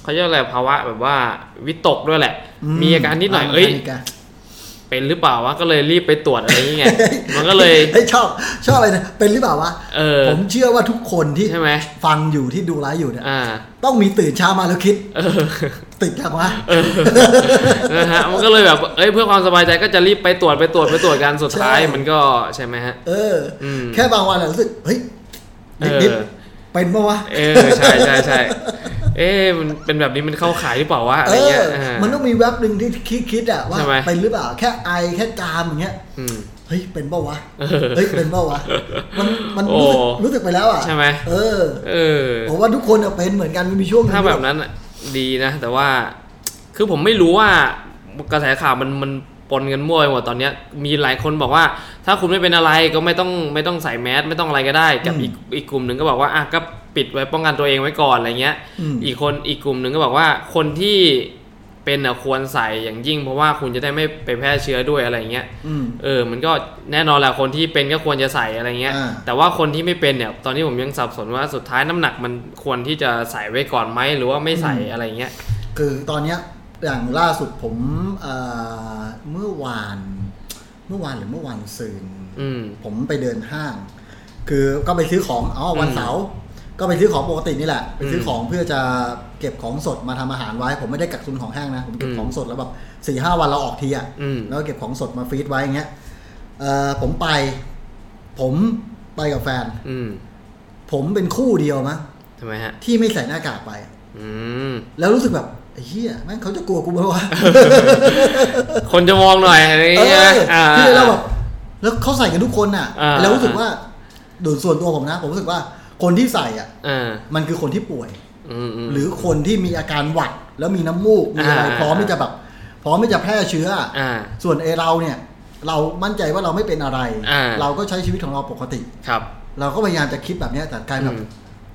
C: เขาเรียกอะไรภาวะแบบว่าวิตกด้วยแหละ
B: อื
C: มีอาการนิดหน่อย
B: ะ <laughs>
C: เอ้ย
B: มีาการ
C: เป็นหรือเปล่าวะก็เลยรีบไปตรวจอะไรอย่างเงี้ย
B: <laughs>
C: มันก็เลย
B: เฮ้ยชอบชอบอะไรนะเป็นหรือเปล่าวะ
C: เออ
B: ผมเชื่อว่าทุกคนที่
C: ใช่ไหม
B: ฟังอยู่ที่ดูไลฟ์อยู่เนี่ย
C: อ่า
B: ต้องมีตื่นเช้ามาแล้วคิด
C: เออ
B: ติดยังวะ
C: นะฮะมันก็เลยแบบเอ้ยเพื่อความสบายใจก็จะรีบไปตรวจไปตรวจไปตรวจกันสุดท้าย
B: ใช่
C: มันก็ใช่ไหมฮะ
B: เอออ
C: ม
B: แค่บางวันอะรู้สึกเฮ้ย
C: เออ
B: นิดๆเป็นปะวะ
C: เออใช่ใช่ใช่เอ๊ะมันเป็นแบบนี้มันเข้าขายหรือเปล่าวะอะไร
B: เอ
C: เงี้
B: อย
C: า
B: มันต้องมีแว็บหนึ่งที่คิดคิดๆอะว่า
C: ใช่ไหม
B: เป็นหรือเปล่าแค่ไอแค่จามอย่างเงี้ย
C: อืม
B: เฮ้ยเป็นปะวะ
C: เออ
B: เฮ้ยเป็นปะวะมันมัน
C: โอ้
B: รู้สึกรู้สึกไปแล้วอะ
C: ใช่ไหม
B: เออ
C: เออ
B: ผมว่าทุกคนอะเป็นเหมือนกันมันมีช่วงหง
C: ถ้าแบบ
B: ที่
C: นั้นน่ะดีนะ แต่ว่าคือผมไม่รู้ว่ากระแสข่าวมันมันปนกันมั่วไปหมดตอนเนี้ยมีหลายคนบอกว่า ถ้าคุณไม่เป็นอะไรก็ไม่ต้องไม่ต้องใส่แมสไม่ต้องอะไรก็ได้กับอีกอีกกลุ่มหนึ่งก็บอกว่าอ่ะก็ปิดไว้ป้องกันตัวเองไว้ก่อนอะไรเงี้ย
B: อืม
C: อีกคนอีกกลุ่มหนึ่งก็บอกว่าคนที่เป็นอ่ะควรใส่อย่างยิ่ง เพราะว่าคุณจะได้ไม่ไปแพร่เชื้อด้วยอะไรเงี้ย
B: อืม
C: เออ มันก็แน่นอนแหละคนที่เป็นก็ควรจะใส่อะไรเงี้ย
B: อ่า
C: แต่ว่าคนที่ไม่เป็นเนี่ย ตอนนี้ผมยังสับสนว่าสุดท้ายน้ำหนักมันควรที่จะใส่ไว้ก่อนไหมหรือว่าไม่ใส่อะไรเงี้ย
B: คือตอนเนี้ยอย่างล่าสุดผมเอ่อเมื่อวาน เมื่อวานหรือเมื่อวันซืน
C: อืม
B: ผมไปเดินห้าง คือก็ไปซื้อของอ๋อวัน
C: อืม
B: เสาร์ก็ไปซื้อของปกตินี่แหละ ไปซื้ออ
C: ม
B: ของเพื่อจะเก็บของสดมาทำอาหารไว้ ผมไม่ได้กักตุนของแห้งนะผมเก็บ
C: อืม
B: ของสดแล้วแบบสี่ห้าวันเราออกทีอ่ะ
C: อืม
B: แล้วก็เก็บของสดมาฟรีดไว้อย่างเงี้ยเอ่อผมไป ผมไปกับแฟน
C: อืม
B: ผมเป็นคู่เดียวมะ
C: ทำไมฮะ
B: ที่ไม่ใส่หน้ากากไป
C: อืม
B: แล้วรู้สึกแบบไอ้เฮียแม่งเขาจะกลัวกูไหมวะ
C: คนจะมองหน่อยอะไร
B: เออ
C: เงี้ยอ่า
B: ที่เราแบบแล้วเขาใส่กันทุกคนอ่ะ
C: อ่า
B: แล้วรู้สึกว่าโดยส่วนตัวผมนะ ผมรู้สึกว่าคนที่ใส่อ่ะ
C: อ่า
B: มันคือคนที่ป่วย
C: อืมอืม
B: หรือคนที่มีอาการหวัด แล้วมีน้ำมูกมีอะไร
C: อ่า
B: พร้อมที่จะแบบ พร้อมที่จะแพร่เชื้ออ่ะ
C: อ่า
B: ส่วนเอเราเนี่ย เรามั่นใจว่าเราไม่เป็นอะไร
C: อ่า
B: เราก็ใช้ชีวิตของเราปกติ
C: ครับ
B: เราก็พยายามจะคิดแบบเนี้ยแต่กลายแบบ
C: อืม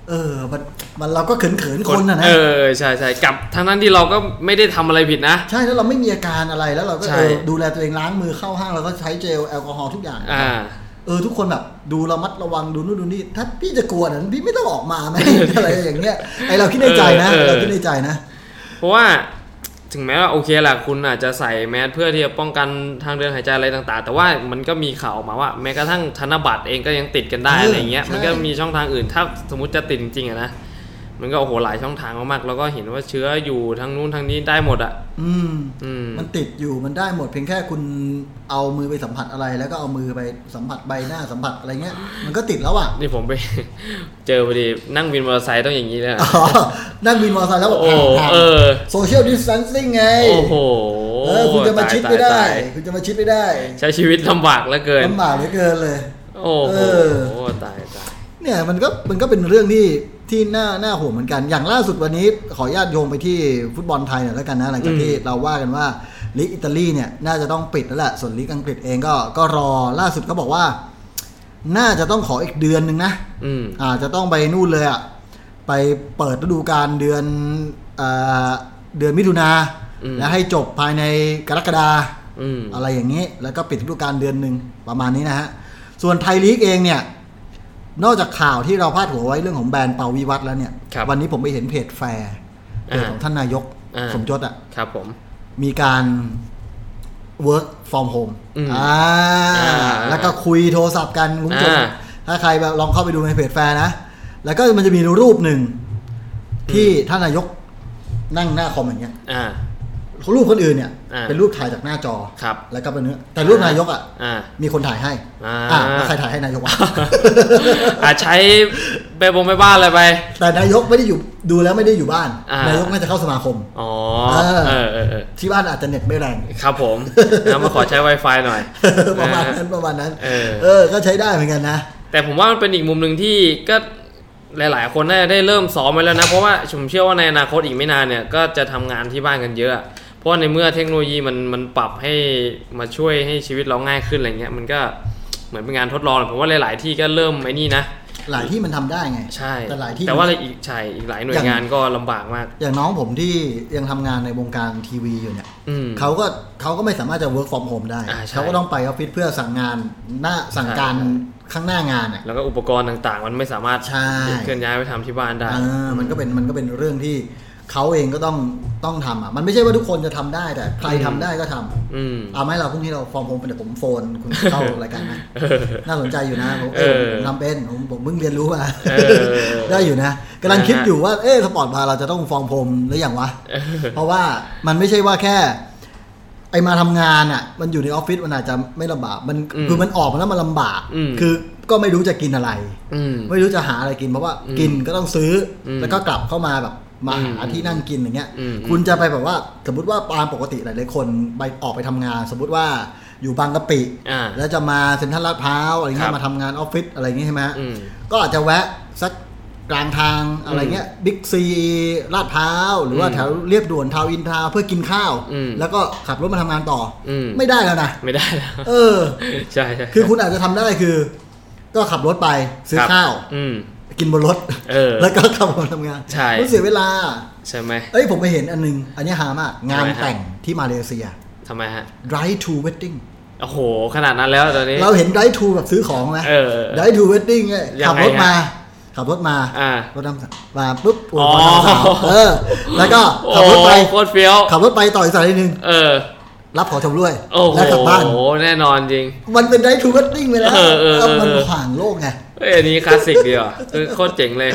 B: เออมันมันเราก็เขินเขินๆคนอ่ะนะ
C: เออใช่ใช่กับทั้งนั้นที่เราก็ไม่ได้ทำอะไรผิดนะ
B: ใช่แล้วเราไม่มีอาการอะไรแล้วเราก็
C: ใช่
B: เออดูแลตัวเองล้างมือเข้าห้างเราก็ใช้เจลแอลกอฮอล์ทุกอย่าง
C: อ่า
B: เออทุกคนแบบดูระมัดระวังดูนู่นดูนี่ถ้าพี่จะกลัวนั้นพี่ไม่ต้องออกมาไหม อะไรอย่างเงี้ยไอเราคิดในใจนะ
C: เออเออ
B: เราคิดในใจนะ
C: เพราะว่าถึงแม้ว่าโอเคแหละคุณอาจจะใส่แมสเพื่อที่จะป้องกันทางเดินหายใจอะไรต่าง ๆ แต่ว่ามันก็มีข่าวออกมาว่า แม้กระทั่งธนบัตรเองก็ยังติดกันได้อะไรเงี้ยมันก็มีช่องทางอื่นถ้าสมมติจะติดจริงๆอะนะมันก็โอ้โหหลายช่องทางมากๆแล้วก็เห็นว่าเชื้ออยู่ทางนู้นทางนี้ได้หมดอ่ะ
B: อืม
C: อืม
B: มันติดอยู่มันได้หมดเพียงแค่คุณเอามือไปสัมผัสอะไร แล้วก็เอามือไปสัมผัสใบหน้าสัมผัสอะไรเงี้ย มันก็ติดแล้ว
C: <laughs>
B: อ่ะ
C: นี่ผมไป เจอพอดีนั่งวินมอเตอร์ไซค์ต้องอย่างนี้เลยอะ
B: อ๋อนั่งวินมอเตอร์ไซค์แล้วแบบ
C: โอ้โหเออ
B: โซเชียลดิส a ทนซิ่งไง
C: โอ้โห
B: เออคุณจะมาชิดไม่
C: ต
B: ได้
C: ย
B: คุณจะมาชิดไม่ได้
C: ๆๆใช้ชีวิตลำบากเหลือเกิน
B: ลำบากเหลือเกินเลย
C: โอ้โห
B: เออ
C: ตายตาย
B: เนี่ยมันก็มันก็เป็นเรื่องที่ที่น่าน่าห่วงเหมือนกัน อย่างล่าสุดวันนี้ขออนุญาตโยงไปที่ฟุตบอลไทยหน่อยแล้วกันนะหลังจากที่เราว่ากันว่าลีกอิตาลีเนี่ยน่าจะต้องปิดแล้วแหละส่วนลีกอังกฤษเองก็ก็รอล่าสุดเขาบอกว่า น่าจะต้องขออีกเดือนหนึ่งนะ
C: อืม
B: อาจจะต้องไปนู่นเลยอะไปเปิดฤดูกาลเดือนเอ่อเดือนมิถุนา
C: อืม
B: แล้วให้จบภายในกรกฎา
C: อืม
B: อะไรอย่างนี้ แล้วก็ปิดฤดูกาลเดือนหนึ่งประมาณนี้นะฮะ ส่วนไทยลีกเองเนี่ย นอกจากข่าวที่เราพาดหัวไว้เรื่องของแบรนด์เปาวิวัฒน์แล้วเนี่ย
C: ครับ
B: วันนี้ผมไปเห็นเพจแฟร์เพจ
C: อ่า
B: ของท่านนายก
C: อ่า
B: สมยศอ่ะ
C: ครับผม
B: มีการ work from home
C: อืม
B: อ่า
C: อ่า
B: แล้วก็คุยโทรศัพท์กันคุณผู้ชม
C: อ่า
B: ถ้าใครแบบลองเข้าไปดูในเพจแฟร์นะ แล้วก็มันจะมีรูปหนึ่งที่ท่านนายกนั่งหน้าคอมอย่างเงี้ย
C: อ่า
B: รูปคนอื่นเนี่ย
C: อ่า
B: เป็นรูปถ่ายจากหน้าจอ
C: ครับ
B: แล้วก็เป็นเนื้อแต่รูปนายกอ่ะ
C: อ่า
B: มีคนถ่ายให้
C: อ่า
B: อ่ะแล้วใครถ่ายให้นายก
C: <laughs>
B: วะ
C: อาจใช้ใบบงใบบ้านอะไรไป
B: แต่นายกไม่ได้อยู่ดูแล้วไม่ได้อยู่บ้าน
C: อ่าน
B: นายกน่าจะเข้าสมาคม
C: อ๋อ
B: เออ
C: เออเออเออ
B: ที่บ้านอาจจะเน็ตไม่แรง
C: ครับผม แล้วมาขอใช้ Wi-Fi หน่อย
B: ประมาณนั้นประมาณนั้น
C: เออ
B: เออ ก็ใช้ได้เหมือนกันนะ
C: แต่ผมว่ามันเป็นอีกมุมหนึ่งที่ก็หลาย ๆ คนน่าจะได้เริ่มซ้อมไปแล้วนะ เพราะว่าผมเชื่อว่าในอนาคตอีกไม่นานเนี่ย ก็จะทำงานที่บ้านกันเยอะ เพราะในเมื่อเทคโนโลยีมันมันปรับให้มาช่วยให้ชีวิตเราง่ายขึ้นอะไรเงี้ยมันก็เหมือนเป็นงานทดลองผมว่าหลาย ๆ ที่ก็เริ่มไอ้นี่นะ
B: หลายที่มันทำได้ไง
C: ใช่
B: แต่หลายที่
C: ว่าอีกใช่อีกหลายหน่ว
B: อย ย่าง
C: งานก็ลำบากมาก
B: อย่างน้องผมที่ยังทำงานในวงการทีวีอยู่เนี่ย
C: อืม
B: เขาก็เขาก็ไม่สามารถจะ work from home ได้
C: อ่าใช่
B: เขาก็ต้องไปออฟฟิศเพื่อสั่งงานหน้าสั่งการ
C: ใช่
B: ข้างหน้างานอ่ะ
C: แล้วก็อุปกรณ์ต่างๆ มันไม่สามารถ
B: ใช่
C: เคลื่อนย้ายไปทำที่บ้านได้
B: เออมันก็เป็นมันก็เป็นเรื่องที่ เขาเองก็ต้องต้องทำอ่ะมันไม่ใช่ว่าทุกคนจะทำได้แต่ใครทำได้ก็ทำ
C: อืม
B: เอาไหมเราพรุ่งนี้เราฟอร์มผมเป็นเดี๋ยวผมโฟนคุณเข้ารายการนะน่าสนใจอยู่นะผมเออ
C: เออ
B: ผมทำเป็นผมผมเพิ่งเรียนรู้มา
C: เออ
B: ได้อยู่นะกำลัง
C: นะฮะ
B: คิดอยู่ว่าเออสปอร์ตบาร์เราจะต้องฟอร์มผมหรือยังวะ เพราะว่ามันไม่ใช่ว่าแค่ ไอมาทำงานอ่ะ มันอยู่ในออฟฟิศมันอาจจะไม่ลำบากมัน
C: อืม
B: คือมันออกมาแล้วมันลำบาก
C: อืม
B: คือก็ไม่รู้จะกินอะไร
C: อืม
B: ไม่รู้จะหาอะไรกินเพราะว่า
C: อืม
B: กินก็ต้องซื้ออ
C: ม
B: แล้วก็กลับเข้ามาแบบมา
C: อืม
B: หาที่นั่งกินอย่างเงี้ย
C: อืม
B: คุณจะไปแบบว่าสมมติว่าตามปกติหลายๆคนไปออกไปทำงาน สมมติว่าอยู่บางกะปิ
C: อ่า
B: แล้วจะมาเซ็นทรัลลาดพร้าวอะไร
C: ค
B: เงี้
C: รั
B: ย
C: บ
B: มาทำงานออฟฟิศอะไรเงี้ยใช่ไหมฮะ
C: อืม
B: ก็อาจจะแวะสักกลางทางอะไรเงี้ยบิ๊กซีลาดพร้าวหรือว่า
C: อืม
B: แถวเรียบด่วนทาวน์อินทาวน์เพื่อกินข้าว
C: อืม
B: แล้วก็ขับรถมาทำงานต่ออ
C: ม
B: ไม่ได้แล้วนะ
C: ไม่ได้แล้ว
B: เออ
C: ใช่ใช่
B: คือคุณอาจจะทำได้คือ ก็ขับรถไปซื้อ
C: ครับ
B: ข้าว
C: อืม
B: กินบนรถ
C: เออ
B: แล้วก็ขับมาทำงาน
C: ใช่
B: มันเสียเวลา
C: ใช่ไหม
B: เอ้ยผมไปเห็นอันนึง อันนี้หามาก งาน
C: ทำไมฮะ
B: แต่งที่มาเลเซีย
C: ทำไมฮะ
B: drive to wedding
C: โอ้โห ขนาดนั้นแล้วตอนนี้
B: เราเห็น drive to แบบซื้อของนะ
C: เออ
B: drive to wedding เนี่ย
C: ยัง
B: ขับ
C: ไง
B: รถ
C: ฮะ
B: มา ขับรถมา
C: อ่าร
B: ถน้ำสังมาปุ๊บโอ้
C: อ๋
B: ย
C: อ
B: พอน้ำสังเออ แล้วก็ขับร
C: โอ้
B: ถไป
C: โคตรเฟี้ยว
B: ขับรถไปต่ออีกสายหนึ่ง
C: เออ
B: รับของชำร่วย
C: โอ้โห
B: แล้วกลับบ้าน
C: แน่นอนจริง
B: มันเป็น drive to wedding ไปแล้ว
C: เออเออเออ
B: มันห่างโลกไง
C: เอ้ยอันนี้คลาสสิกดีว่ะคือโคตรเจ๋งเลย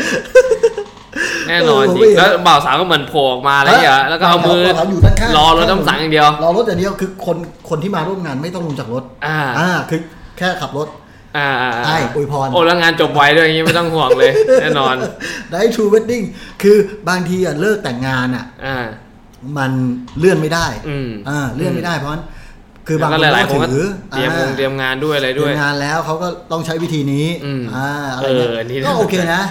C: แน่นอน
B: เออผม
C: จ
B: ไม่
C: ริ
B: เห็
C: ง
B: น
C: แล้วบ่าวสาวก็เหมือนโผล่ออกมาอะไรอย่างเงี้ย
B: ฮะ
C: แล้วก็เอามือ
B: บ่าวสาวอยู่ข้างๆ
C: รอรถน้ำสังอย่างเดียว
B: รอรถอย่างเดียวคือคนคนที่มาร่วมงานไม่ต้องลงจากรถ
C: อ่า
B: อ่าคือแค่ขับรถ <laughs>
C: อ่าอ่า
B: ใช่อวยพร
C: โอ้แล้วงานจบไวด้วยอย่างงี้ไม่ต้องห่วงเลย
B: <laughs>
C: แน่นอน
B: ได้ทูเวดดิ้งคือบางทีอ่ะเลิกแต่งงานอ่ะ
C: อ่า
B: มันเลื่อนไม่ได้
C: อืม
B: อ่าเลื่อนไม่ได้เพราะฉะนั้นคือบาง
C: แล้วก็หลายๆคนก็
B: ถือ
C: เตรียมงงเตรียมงานด้วยอะไร
B: เตรี
C: ด้วย
B: ยมงานแล้วเขาก็ต้องใช้วิธีนี้
C: อืม
B: อ่าอะไรเงี้ย
C: เอออันนี้
B: ก็โอเคนะ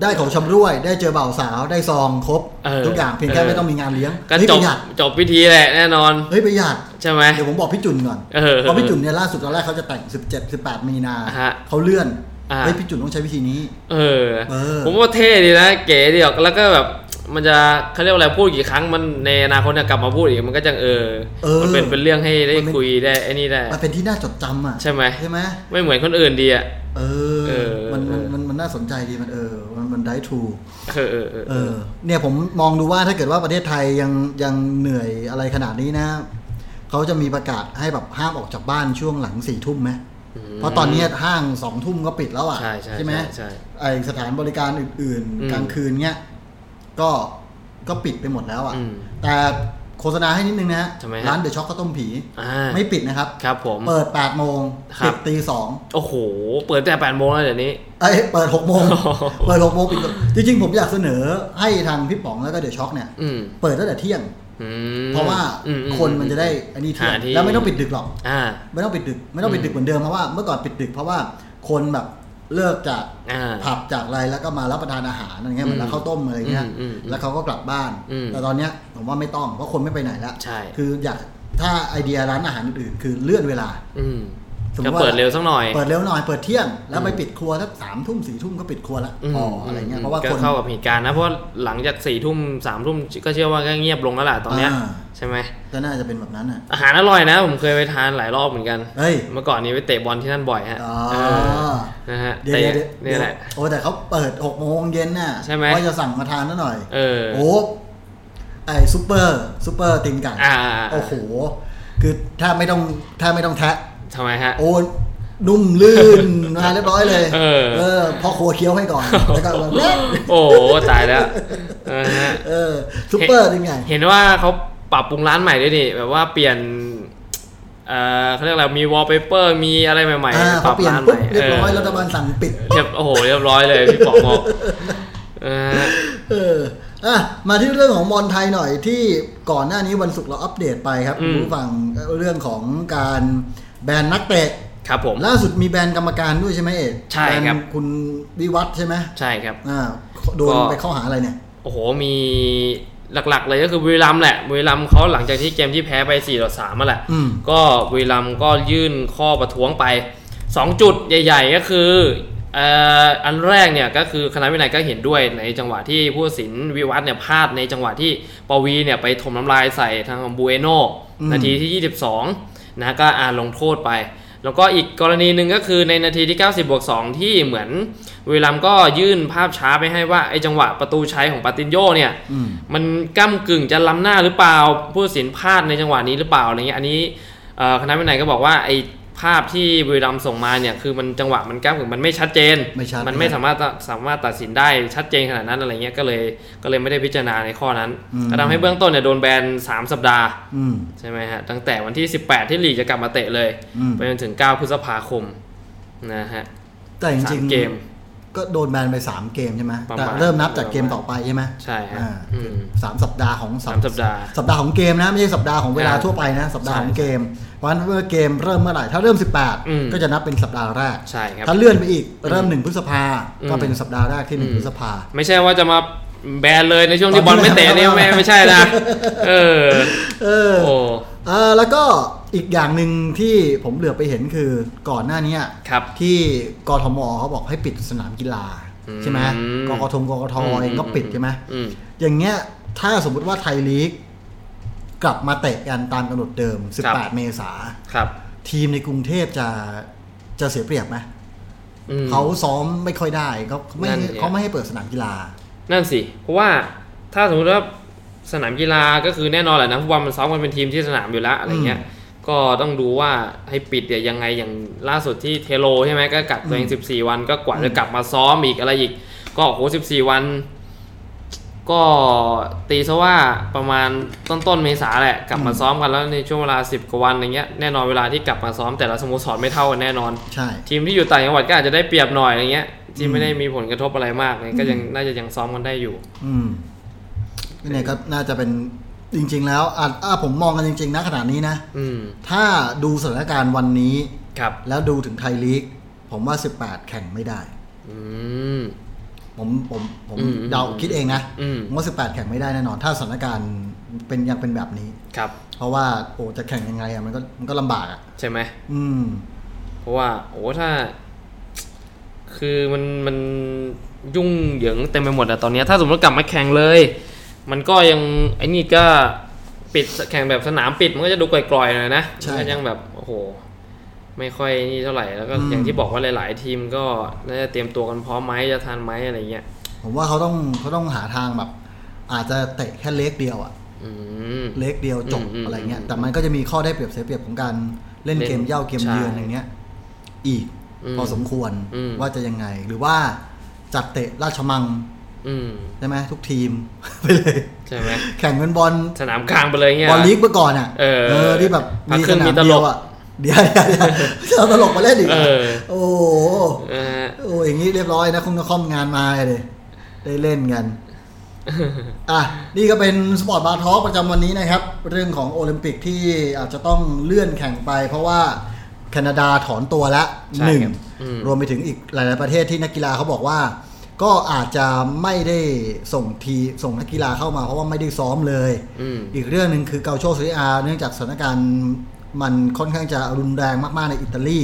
B: ได้ของชำร่วยได้เจอบ่าวสาวได้ซองครบ
C: เออ
B: ทุกอย่างเพียงแค่
C: เออ
B: ไม่ต้องมีงานเลี้ยง
C: ก็
B: เฮ้ย
C: จ
B: ป
C: บ
B: ระหยัด
C: จบพิธีแหละแน่นอน
B: เฮ้ยประหยัด
C: ใช่ไหม
B: เดี๋ยวผมบอกพี่จุนก่อน
C: เออ
B: เพราะพี่จุนเนี่ยล่าสุดตอนแรกเขาจะแต่ง 17 18 มีนา
C: ฮะ
B: เขาเลื่อน
C: อ่า
B: เฮ้ยพี่จุนต้องใช้วิธีนี้
C: เออ
B: เออ
C: ผมว่าเท่ดีนะ เก๋ดีออกแล้วก็แบบมันจะเขาเรียกว่าอะไรพูดกี่ครั้งมันในอนาคตเนี่ยกลับมาพูดอีกมันก็จะเออ
B: เออ
C: มันเป็นเป็นเรื่องให้ได้
B: มันเป็น
C: คุยได้ไอ้นี่ได้
B: มันเป็นที่น่าจดจำอ่ะ
C: ใช่ไหม
B: ใช่ไหม
C: ไม่เหมือนคนอื่นดีอ่ะ
B: เอ
C: เอ
B: อ
C: อ
B: มันมัน
C: เออ
B: มันมันน่าสนใจดีมันเออ มันมันได้ทู
C: เออเออเออ
B: เออ เนี่ยผมมองดูว่าถ้าเกิดว่าประเทศไทยยังยังเหนื่อยอะไรขนาดนี้นะ เขาจะมีประกาศให้แบบห้ามออกจากบ้านช่วงหลังสี่ทุ่มไหม เพราะตอนเนี้ยห้างสองทุ่มก็ปิดแล้วอ่ะ
C: ใช่ใช่
B: ไหม
C: ใช่ใช่
B: ไอสถานบริการอื่น
C: อืม
B: ๆ กลางคืนเนี้ยก็ก็ปิดไปหมดแล้วอ่ะ
C: อืม
B: แต่โฆษณาให้นิดนึงนะฮะ
C: ทำไมฮะ
B: ร้านเดอะช็อกข้าวต้มผี
C: อ่า
B: ไม่ปิดนะครับ
C: ครับผม
B: เปิดแปดโมง
C: ครับ
B: ปิดตีสอง
C: โอ้โห เปิดแต่แปดโมงแล้วเดี๋ยวนี้
B: เอ้ยเปิดหกโมง
C: โอ้โห
B: เปิดหกโมงปิดหกจริงๆ ผมอยากเสนอให้ทางพี่ป๋องแล้วก็เดี๋ยวช็อกเนี่ย
C: อืม
B: เปิดตั้งแต่เที่ยง
C: อืม
B: เพราะว่า
C: อือื
B: คนมันจะได้อันนี้เที่ยง
C: หาที่
B: แล้วไม่ต้องปิดดึกหรอก
C: อ่า
B: ไม่ต้องปิดดึก ไม่ต้องปิดดึกเหมือนเดิมเพราะว่าเมื่อก่อนปิดดึกเพราะว่าคนแบบเลิกจาก
C: อ่า
B: ผับจากอะไรแล้วก็มารับประทานอาหารอะไรเงี้ย
C: อืม
B: เหมือนเราข้าวต้มอะไรเงี้ย
C: อืมอืม
B: แล้วเขาก็กลับบ้าน
C: อืม
B: แต่ตอนเนี้ยผมว่าไม่ต้องเพราะคนไม่ไปไหนแล้ว
C: ใช่
B: คืออยากถ้าไอเดียร้านอาหารอื่นๆคือเลื่อนเวลา
C: อืม
B: สมมุติ
C: ก็
B: ว่า
C: เปิดเร็วสักหน่อย
B: เปิดเร็วหน่อยเปิดเที่ยง แล้วไปปิดครัวสักสามทุ่มสี่ทุ่มก็ปิดครัวละ
C: ม
B: อ๋ออะไรเงี้ย
C: ม
B: เพราะว่า
C: ก็
B: คน
C: เข้ากับเหตุการณ์นะเพราะหลังจากสี่ทุ่มสามทุ่มก็เชื่อว่าก็เงียบลงแล้วล่ะตอนเนี้ย
B: อ่า
C: ใช่ไหม
B: ก็น่าจะเป็นแบบนั้นอ่ะ
C: อาหารอร่อยนะ ผมเคยไปทานหลายรอบเหมือนกัน
B: เฮ้ย
C: เมื่อก่อนนี้ไปเตะบอลที่นั่นบ่อยฮะ
B: อ๋อ
C: เออนะฮะ
B: เดี๋ยว
C: เตะ
B: เดี๋ยวเดี๋ยว
C: เนี่ยแหละ
B: โอ้แต่เขาเปิดหกโมงเย็นน่ะ
C: ใช่ไหม
B: ว่าจะสั่งมาทานซะหน่อย
C: เออ
B: โอ้ไอซูเปอร์ซูเปอร์ตีนไก่
C: อ่า
B: โอ้โห คือถ้าไม่ต้องถ้าไม่ต้องแทะ
C: ทำไมฮะ
B: โอ้นุ่มลื่น มาเรียบร้อยเลย
C: เออ
B: พอครัวเคี้ยวให้ก่อนแล้วก็แบบเละ
C: โอ้โหตาย
B: <laughs>
C: แล้วเออฮะ
B: เออซูเปอร์ตีนไก่
C: เห็นว่าเขาปรับปรุงร้านใหม่ด้วยนี่แบบว่าเปลี่ยนเออเขาเรียกอะไรมีวอลเปเปอร์มีอะไรใหม่
B: อ่า
C: ๆป
B: พอ
C: รับ
B: เปลี่ยน
C: ร้านให
B: ปุ๊บ
C: ม่
B: เรียบร้อย
C: เ
B: รัฐบาลสั่งปิด
C: เรียบโอ้โหเรียบร้อยเลยพี่ป๋องบอกเออฮะ
B: เอออ่ะมาที่เรื่องของบอลไทยหน่อยที่ก่อนหน้านี้วันศุกร์เราอัปเดตไปครับ
C: อื
B: คุณ
C: ม
B: ผู้ฟังเรื่องของการแบนนักเตะ
C: ครับผม
B: ล่าสุดมีแบนกรรมการด้วยใช่ไหมเอก
C: ใช่ครับ
B: แนคุณวิวัฒน์ใช่ไหม
C: ใช่ครับ
B: อ่าโดน
C: ก็
B: ไปเข้าหาอะไรเนี่ย
C: โอ้โห มีหลักๆ เลยก็คือบุรีรัมย์แหละบุรีรัมย์เขาหลังจากที่เกมที่แพ้ไป4ต่อ3มาแหละ
B: อืม
C: ก็บุรีรัมย์ก็ยื่นข้อประท้วงไป 2 จุดใหญ่ ๆ ก็คือเอ่ออันแรกเนี่ยก็คือคณะวินัยก็เห็นด้วยในจังหวะที่ผู้ตัดสินวิวัฒน์เนี่ยพลาดในจังหวะที่ปวีเนี่ยไปถมน้ำลายใส่ทางของบูเอโน
B: อืม
C: นาทีที่ 22นะก็อ่านลงโทษไป แล้วก็อีกกรณีหนึ่งก็คือในนาทีที่ 90บวก2ที่เหมือนเวลามย์ก็ยื่นภาพช้าไปให้ว่าไอจังหวะประตูใช้ของปาตินโยเนี่ย
B: อืม
C: มันก้ากึ่งจะล้ำหน้าหรือเปล่า ผู้ตัดสินพลาดในจังหวะนี้หรือเปล่าอะไรเงี้ยอันนี้เอ่อคณะวินัยก็บอกว่าไอภาพที่บุรีรัมย์ส่งมาเนี่ยคือมันจังหวะมันก้ากึ่งมันไม่ชัดเจน
B: ไม่ชัด
C: นไม่สามารถสามารถตัดสินได้ชัดเจนขนาดนั้นอะไรเงี้ยก็เลยก็เลยไม่ได้พิจารณาในข้อนั้นก็ทำให้เบื้องต้นเนี่ยโดนแบนสามสัปดาห์
B: อืม
C: ใช่ไหมฮะตั้งแต่วันที่ 18 ที่ลีกจะกลับมาเตะเลย
B: อืม
C: ไปจนถึง 9 พฤษภาคมนะฮะ
B: แต่จ
C: สา
B: ริ
C: ม
B: ง
C: เกม
B: ๆก็โดนแบนไป 3 เกมใช่ไหม
C: ประมาณ
B: แต่เริ่มนับจากเกมต่อไปใช่ไหม
C: ใช่ฮะ
B: อ่า
C: อืม
B: สามสัปดาห์ของ
C: สามสัปดาห์
B: สัปดาห์ของเกมนะ ไม่ใช่สัปดาห์ของเวลา
C: อ่า
B: ทั่วไปนะ สัปดาห์
C: ใช่
B: ของเกม เพราะฉะนั้นเมื่อเกมเริ่มเมื่อไหร่ถ้าเริ่ม
C: อืม
B: 18 ก็จะนับเป็นสัปดาห์แรก
C: ใช่ครับ
B: ถ้าเลื่อนไปอีกเริ่มหนึ่งพฤษภา
C: อืม
B: ก็เป็นสัปดาห์แรกที่หนึ่งพฤษภา
C: ไม่ใช่ว่าจะมาแบนเลยในช่วงที่
B: ต
C: บ
B: อ
C: อน ล
B: ที่
C: ไม่เตะเนี่ย
B: ไม่
C: ไม่
B: เอา
C: ไม่ใช่นะ เออ
B: เออ
C: โอ้
B: เออแล้วก็อีกอย่างหนึ่งที่ผมเหลือไปเห็นคือก่อนหน้าเนี้ย
C: ครับ
B: ที่กทมเขาบอกให้ปิดสนามกีฬาใช่ไหม
C: อืม
B: กกทมกกทเองก็ปิดใช่ไหม
C: อืม
B: อย่างเงี้ยถ้าสมมุติว่าไทยลีก กลับมาเตะกันตามกำหนดเดิม
C: ครับ
B: 18 เมษา
C: ครับ
B: ทีมในกรุงเทพจะจะเสียเปรียบไหม
C: อืม
B: เขาซ้อมไม่ค่อยได้เขาไม่
C: นั่นไง
B: เขาไม่ให้เปิดสนามกีฬา
C: นั่นสิ เพราะว่าถ้าสมมติว่าสนามกีฬาก็คือแน่นอนแหละนะฟุตบอลมันซ้อมกันเป็นทีมที่สนามอยู่แล้วอะไรเงี้ย ก็ต้องดูว่าให้ปิดเนี่ยยังไงอย่างล่าสุดที่เทโลใช่ไหมก็กักตัวเอง14 วันก็กว่าจะกลับมาซ้อมอีกอะไรอีก ก็โอ้โห14 วัน ก็ตีซะว่าประมาณต้นต้นๆเมษาแหละกลับมาซ้อมกันแล้วในช่วงเวลา 10กว่าวันอะไรเงี้ยแน่นอนเวลาที่กลับมาซ้อมแต่ละสโมสรไม่เท่ากันแน่นอน
B: ใช่
C: ทีมที่อยู่ต่างจังหวัดก็อาจจะได้เปรียบหน่อยอะไรเงี้ยที่
B: อื
C: ไม่
B: ม
C: ได้มีผลกระทบอะไรมากเนี่ยก็ยังน่าจะยังซ้อมกันได้อยู่
B: อืมเนี่ยก็น่าจะเป็นจริง ๆ แล้วอ่ะอ่ะผมมองกันจริง ๆ นะขนาดนี้นะ
C: อืม
B: ถ้าดูสถานการณ์วันนี้
C: ครับ
B: แล้วดูถึงไทยลีก ผมว่า 18 แข่งไม่ได้
C: อืม
B: ผมผมผม
C: อืม
B: เดาคิดเองนะ
C: อืม
B: ผมว่า 18 แข่งไม่ได้แน่นอน ถ้าสถานการณ์เป็นยังเป็นแบบนี้
C: ครับ
B: เพราะว่าโอ้จะแข่งยังไงอะมันก็มันก็ลำบากอะ
C: ใช่ไหม
B: อืม
C: เพราะว่าโอ้ถ้า คือมันมันยุ่งเหยิงเต็มไปหมดอะตอนเนี้ยถ้าสมมติกลับมาแข่งเลย มันก็ยังไอ้นี่ก็ปิดแข่งแบบสนามปิดมันก็จะดูกร่อยๆหน่อยนะ
B: ใช่
C: มันก็ยังแบบโอ้โห ไม่ค่อยนี่เท่าไหร่แล้วก็
B: อืม
C: อย่างที่บอกว่าหลาย ๆ ทีมก็น่าจะเตรียมตัวกันพร้อมไหมจะทันไหมอะไรเงี้ย
B: ผมว่าเขาต้องเขาต้องหาทางแบบ อาจจะเตะแค่เล็กเดียวอะ
C: อืม
B: เล็กเดียวจบ
C: อืม
B: อะไรเงี้ย
C: อืม
B: แต่มันก็จะมีข้อได้เปรียบเสียเปรียบของการเล่น
C: เล่น
B: เกมเหย่าเกมเยือน
C: ใช่
B: อย่างเงี้ย อีก
C: อืม
B: พอสมควร
C: อืม
B: ว่าจะยังไง หรือว่าจัดเตะราชมัง
C: อืม
B: ใช่ไหมทุกทีม <laughs> ไปเลย
C: ใช่ไหม
B: แข่งเป็นบอล
C: สนามกลางไปเลยเงี้ย
B: บอลลีกเมื่อก่อนอะ
C: เออ
B: ที่แบบ
C: พัก
B: มี
C: ค
B: ส
C: รึ่ง
B: นา
C: มี
B: ม
C: ตล
B: เดีย
C: ก
B: วอะเดี๋ยวเดี๋ยวเดี๋ยวจะเอาตลกมาเล่นอีกหร
C: เออ
B: โอ้โห
C: เออ
B: โอ้ยอย่างนี้เรียบร้อยนะคงจะคอมงานมาเลยได้เล่นกัน
C: <laughs>
B: อ่ะ นี่ก็เป็นสปอร์ตบาร์ทอประจำวันนี้นะครับ เรื่องของโอลิมปิกที่อาจจะต้องเลื่อนแข่งไป เพราะว่าแคนาดาถอนตัวละ
C: ใช่
B: หนึ่ง
C: ครับอืม
B: รวมไปถึงอีกหลาย ๆ ประเทศที่นักกีฬาเขาบอกว่า ก็อาจจะไม่ได้ส่งทีส่งนักกีฬาเข้ามาเพราะว่าไม่ได้ซ้อมเลย
C: อืม
B: อีกเรื่องหนึ่งคือเกาโชซีอาเนื่องจากสถานการณ์มันค่อนข้างจะรุนแรงมาก ๆ ในอิตาลี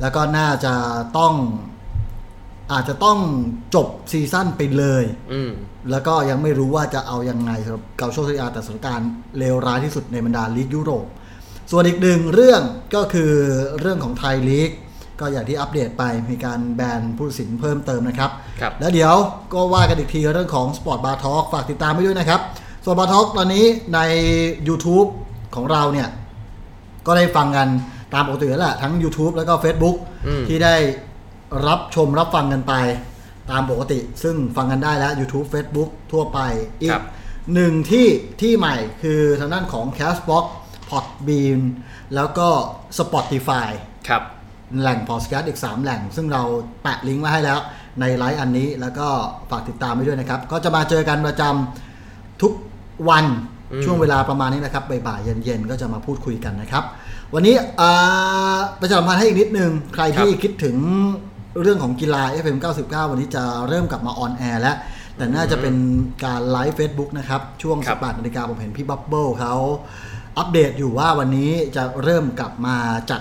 B: แล้วก็น่าจะต้องอาจจะต้องจบซีซั่นไปเลย
C: อืม
B: แล้วก็ยังไม่รู้ว่าจะเอายังไงสำหรับเกาโชซีอาแต่สถานการณ์เลวร้ายที่สุดในบรรดาลีกยุโรป ส่วนอีกหนึ่งเรื่องก็คือเรื่องของไทยลีก ก็อย่างที่อัปเดตไปมีการแบนผู้ตัดสินเพิ่มเติมนะครับ
C: ครับ
B: แล้วเดี๋ยวก็ว่ากันอีกทีเรื่องของ Sport Bar Talk ฝากติดตามไปด้วยนะครับ Sport Bar Talk ตอนนี้ใน YouTube ของเราเนี่ย ก็ได้ฟังกันตามปกติแล้วแหละทั้ง YouTube แล้วก็ Facebook
C: อืม
B: ที่ได้รับชมรับฟังกันไป ตามปกติ ซึ่งฟังกันได้แล้ว YouTube Facebook ทั่วไปอีก หนึ่งที่ที่ใหม่คือทางด้านของ Castbox Podbean แล้วก็ Spotify
C: ครับ
B: แหล่งพอดแคสต์อีก 3 แหล่ง ซึ่งเราแปะลิงก์ไว้ให้แล้วในไลฟ์อันนี้แล้วก็ฝากติดตามไปด้วยนะครับ ก็จะมาเจอกันประจำทุกวัน
C: อืม
B: ช่วงเวลาประมาณนี้นะครับบ่ายๆเย็นๆ ก็จะมาพูดคุยกันนะครับ วันนี้อ่าประชาสัมพันธ์ให้อีกนิดนึง ใครที่คิดถึงเรื่องของกีฬา FM 99 วันนี้จะเริ่มกลับมาออนแอร์แล้ว แต่น่าจะเป็นการไลฟ์ Facebook นะครับ ช่วง
C: ครับ
B: 18นาฬิกาผมเห็นพี่บับเบิลเขาอัปเดตอยู่ว่าวันนี้จะเริ่มกลับมาจัด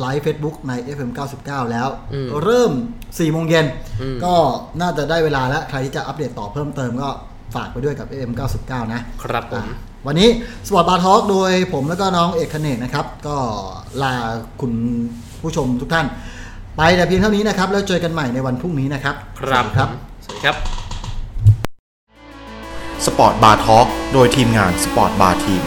B: ไลฟ์ Facebook ใน FM 99 แล้ว
C: อืม
B: เริ่ม4โมงเย็น
C: อืม
B: ก็น่าจะได้เวลาแล้ว ใครที่จะอัปเดตต่อเพิ่มเติมก็ ฝากไปด้วยกับ AM 99 นะ
C: ครับผม
B: อ่ะวันนี้สปอร์ตบาร์ทอล์กโดยผมแล้วก็น้องเอกคเนกนะครับ ก็ลาคุณผู้ชมทุกท่าน ไปแต่เพียงเท่านี้นะครับ แล้วเจอกันใหม่ในวันพรุ่งนี้นะครับ
C: ครับ
B: สวัสดีครับ
C: สวัสดีครับ
A: สปอร์ตบาร์ทอล์กโดยทีมงานสปอร์ตบาร์ทีม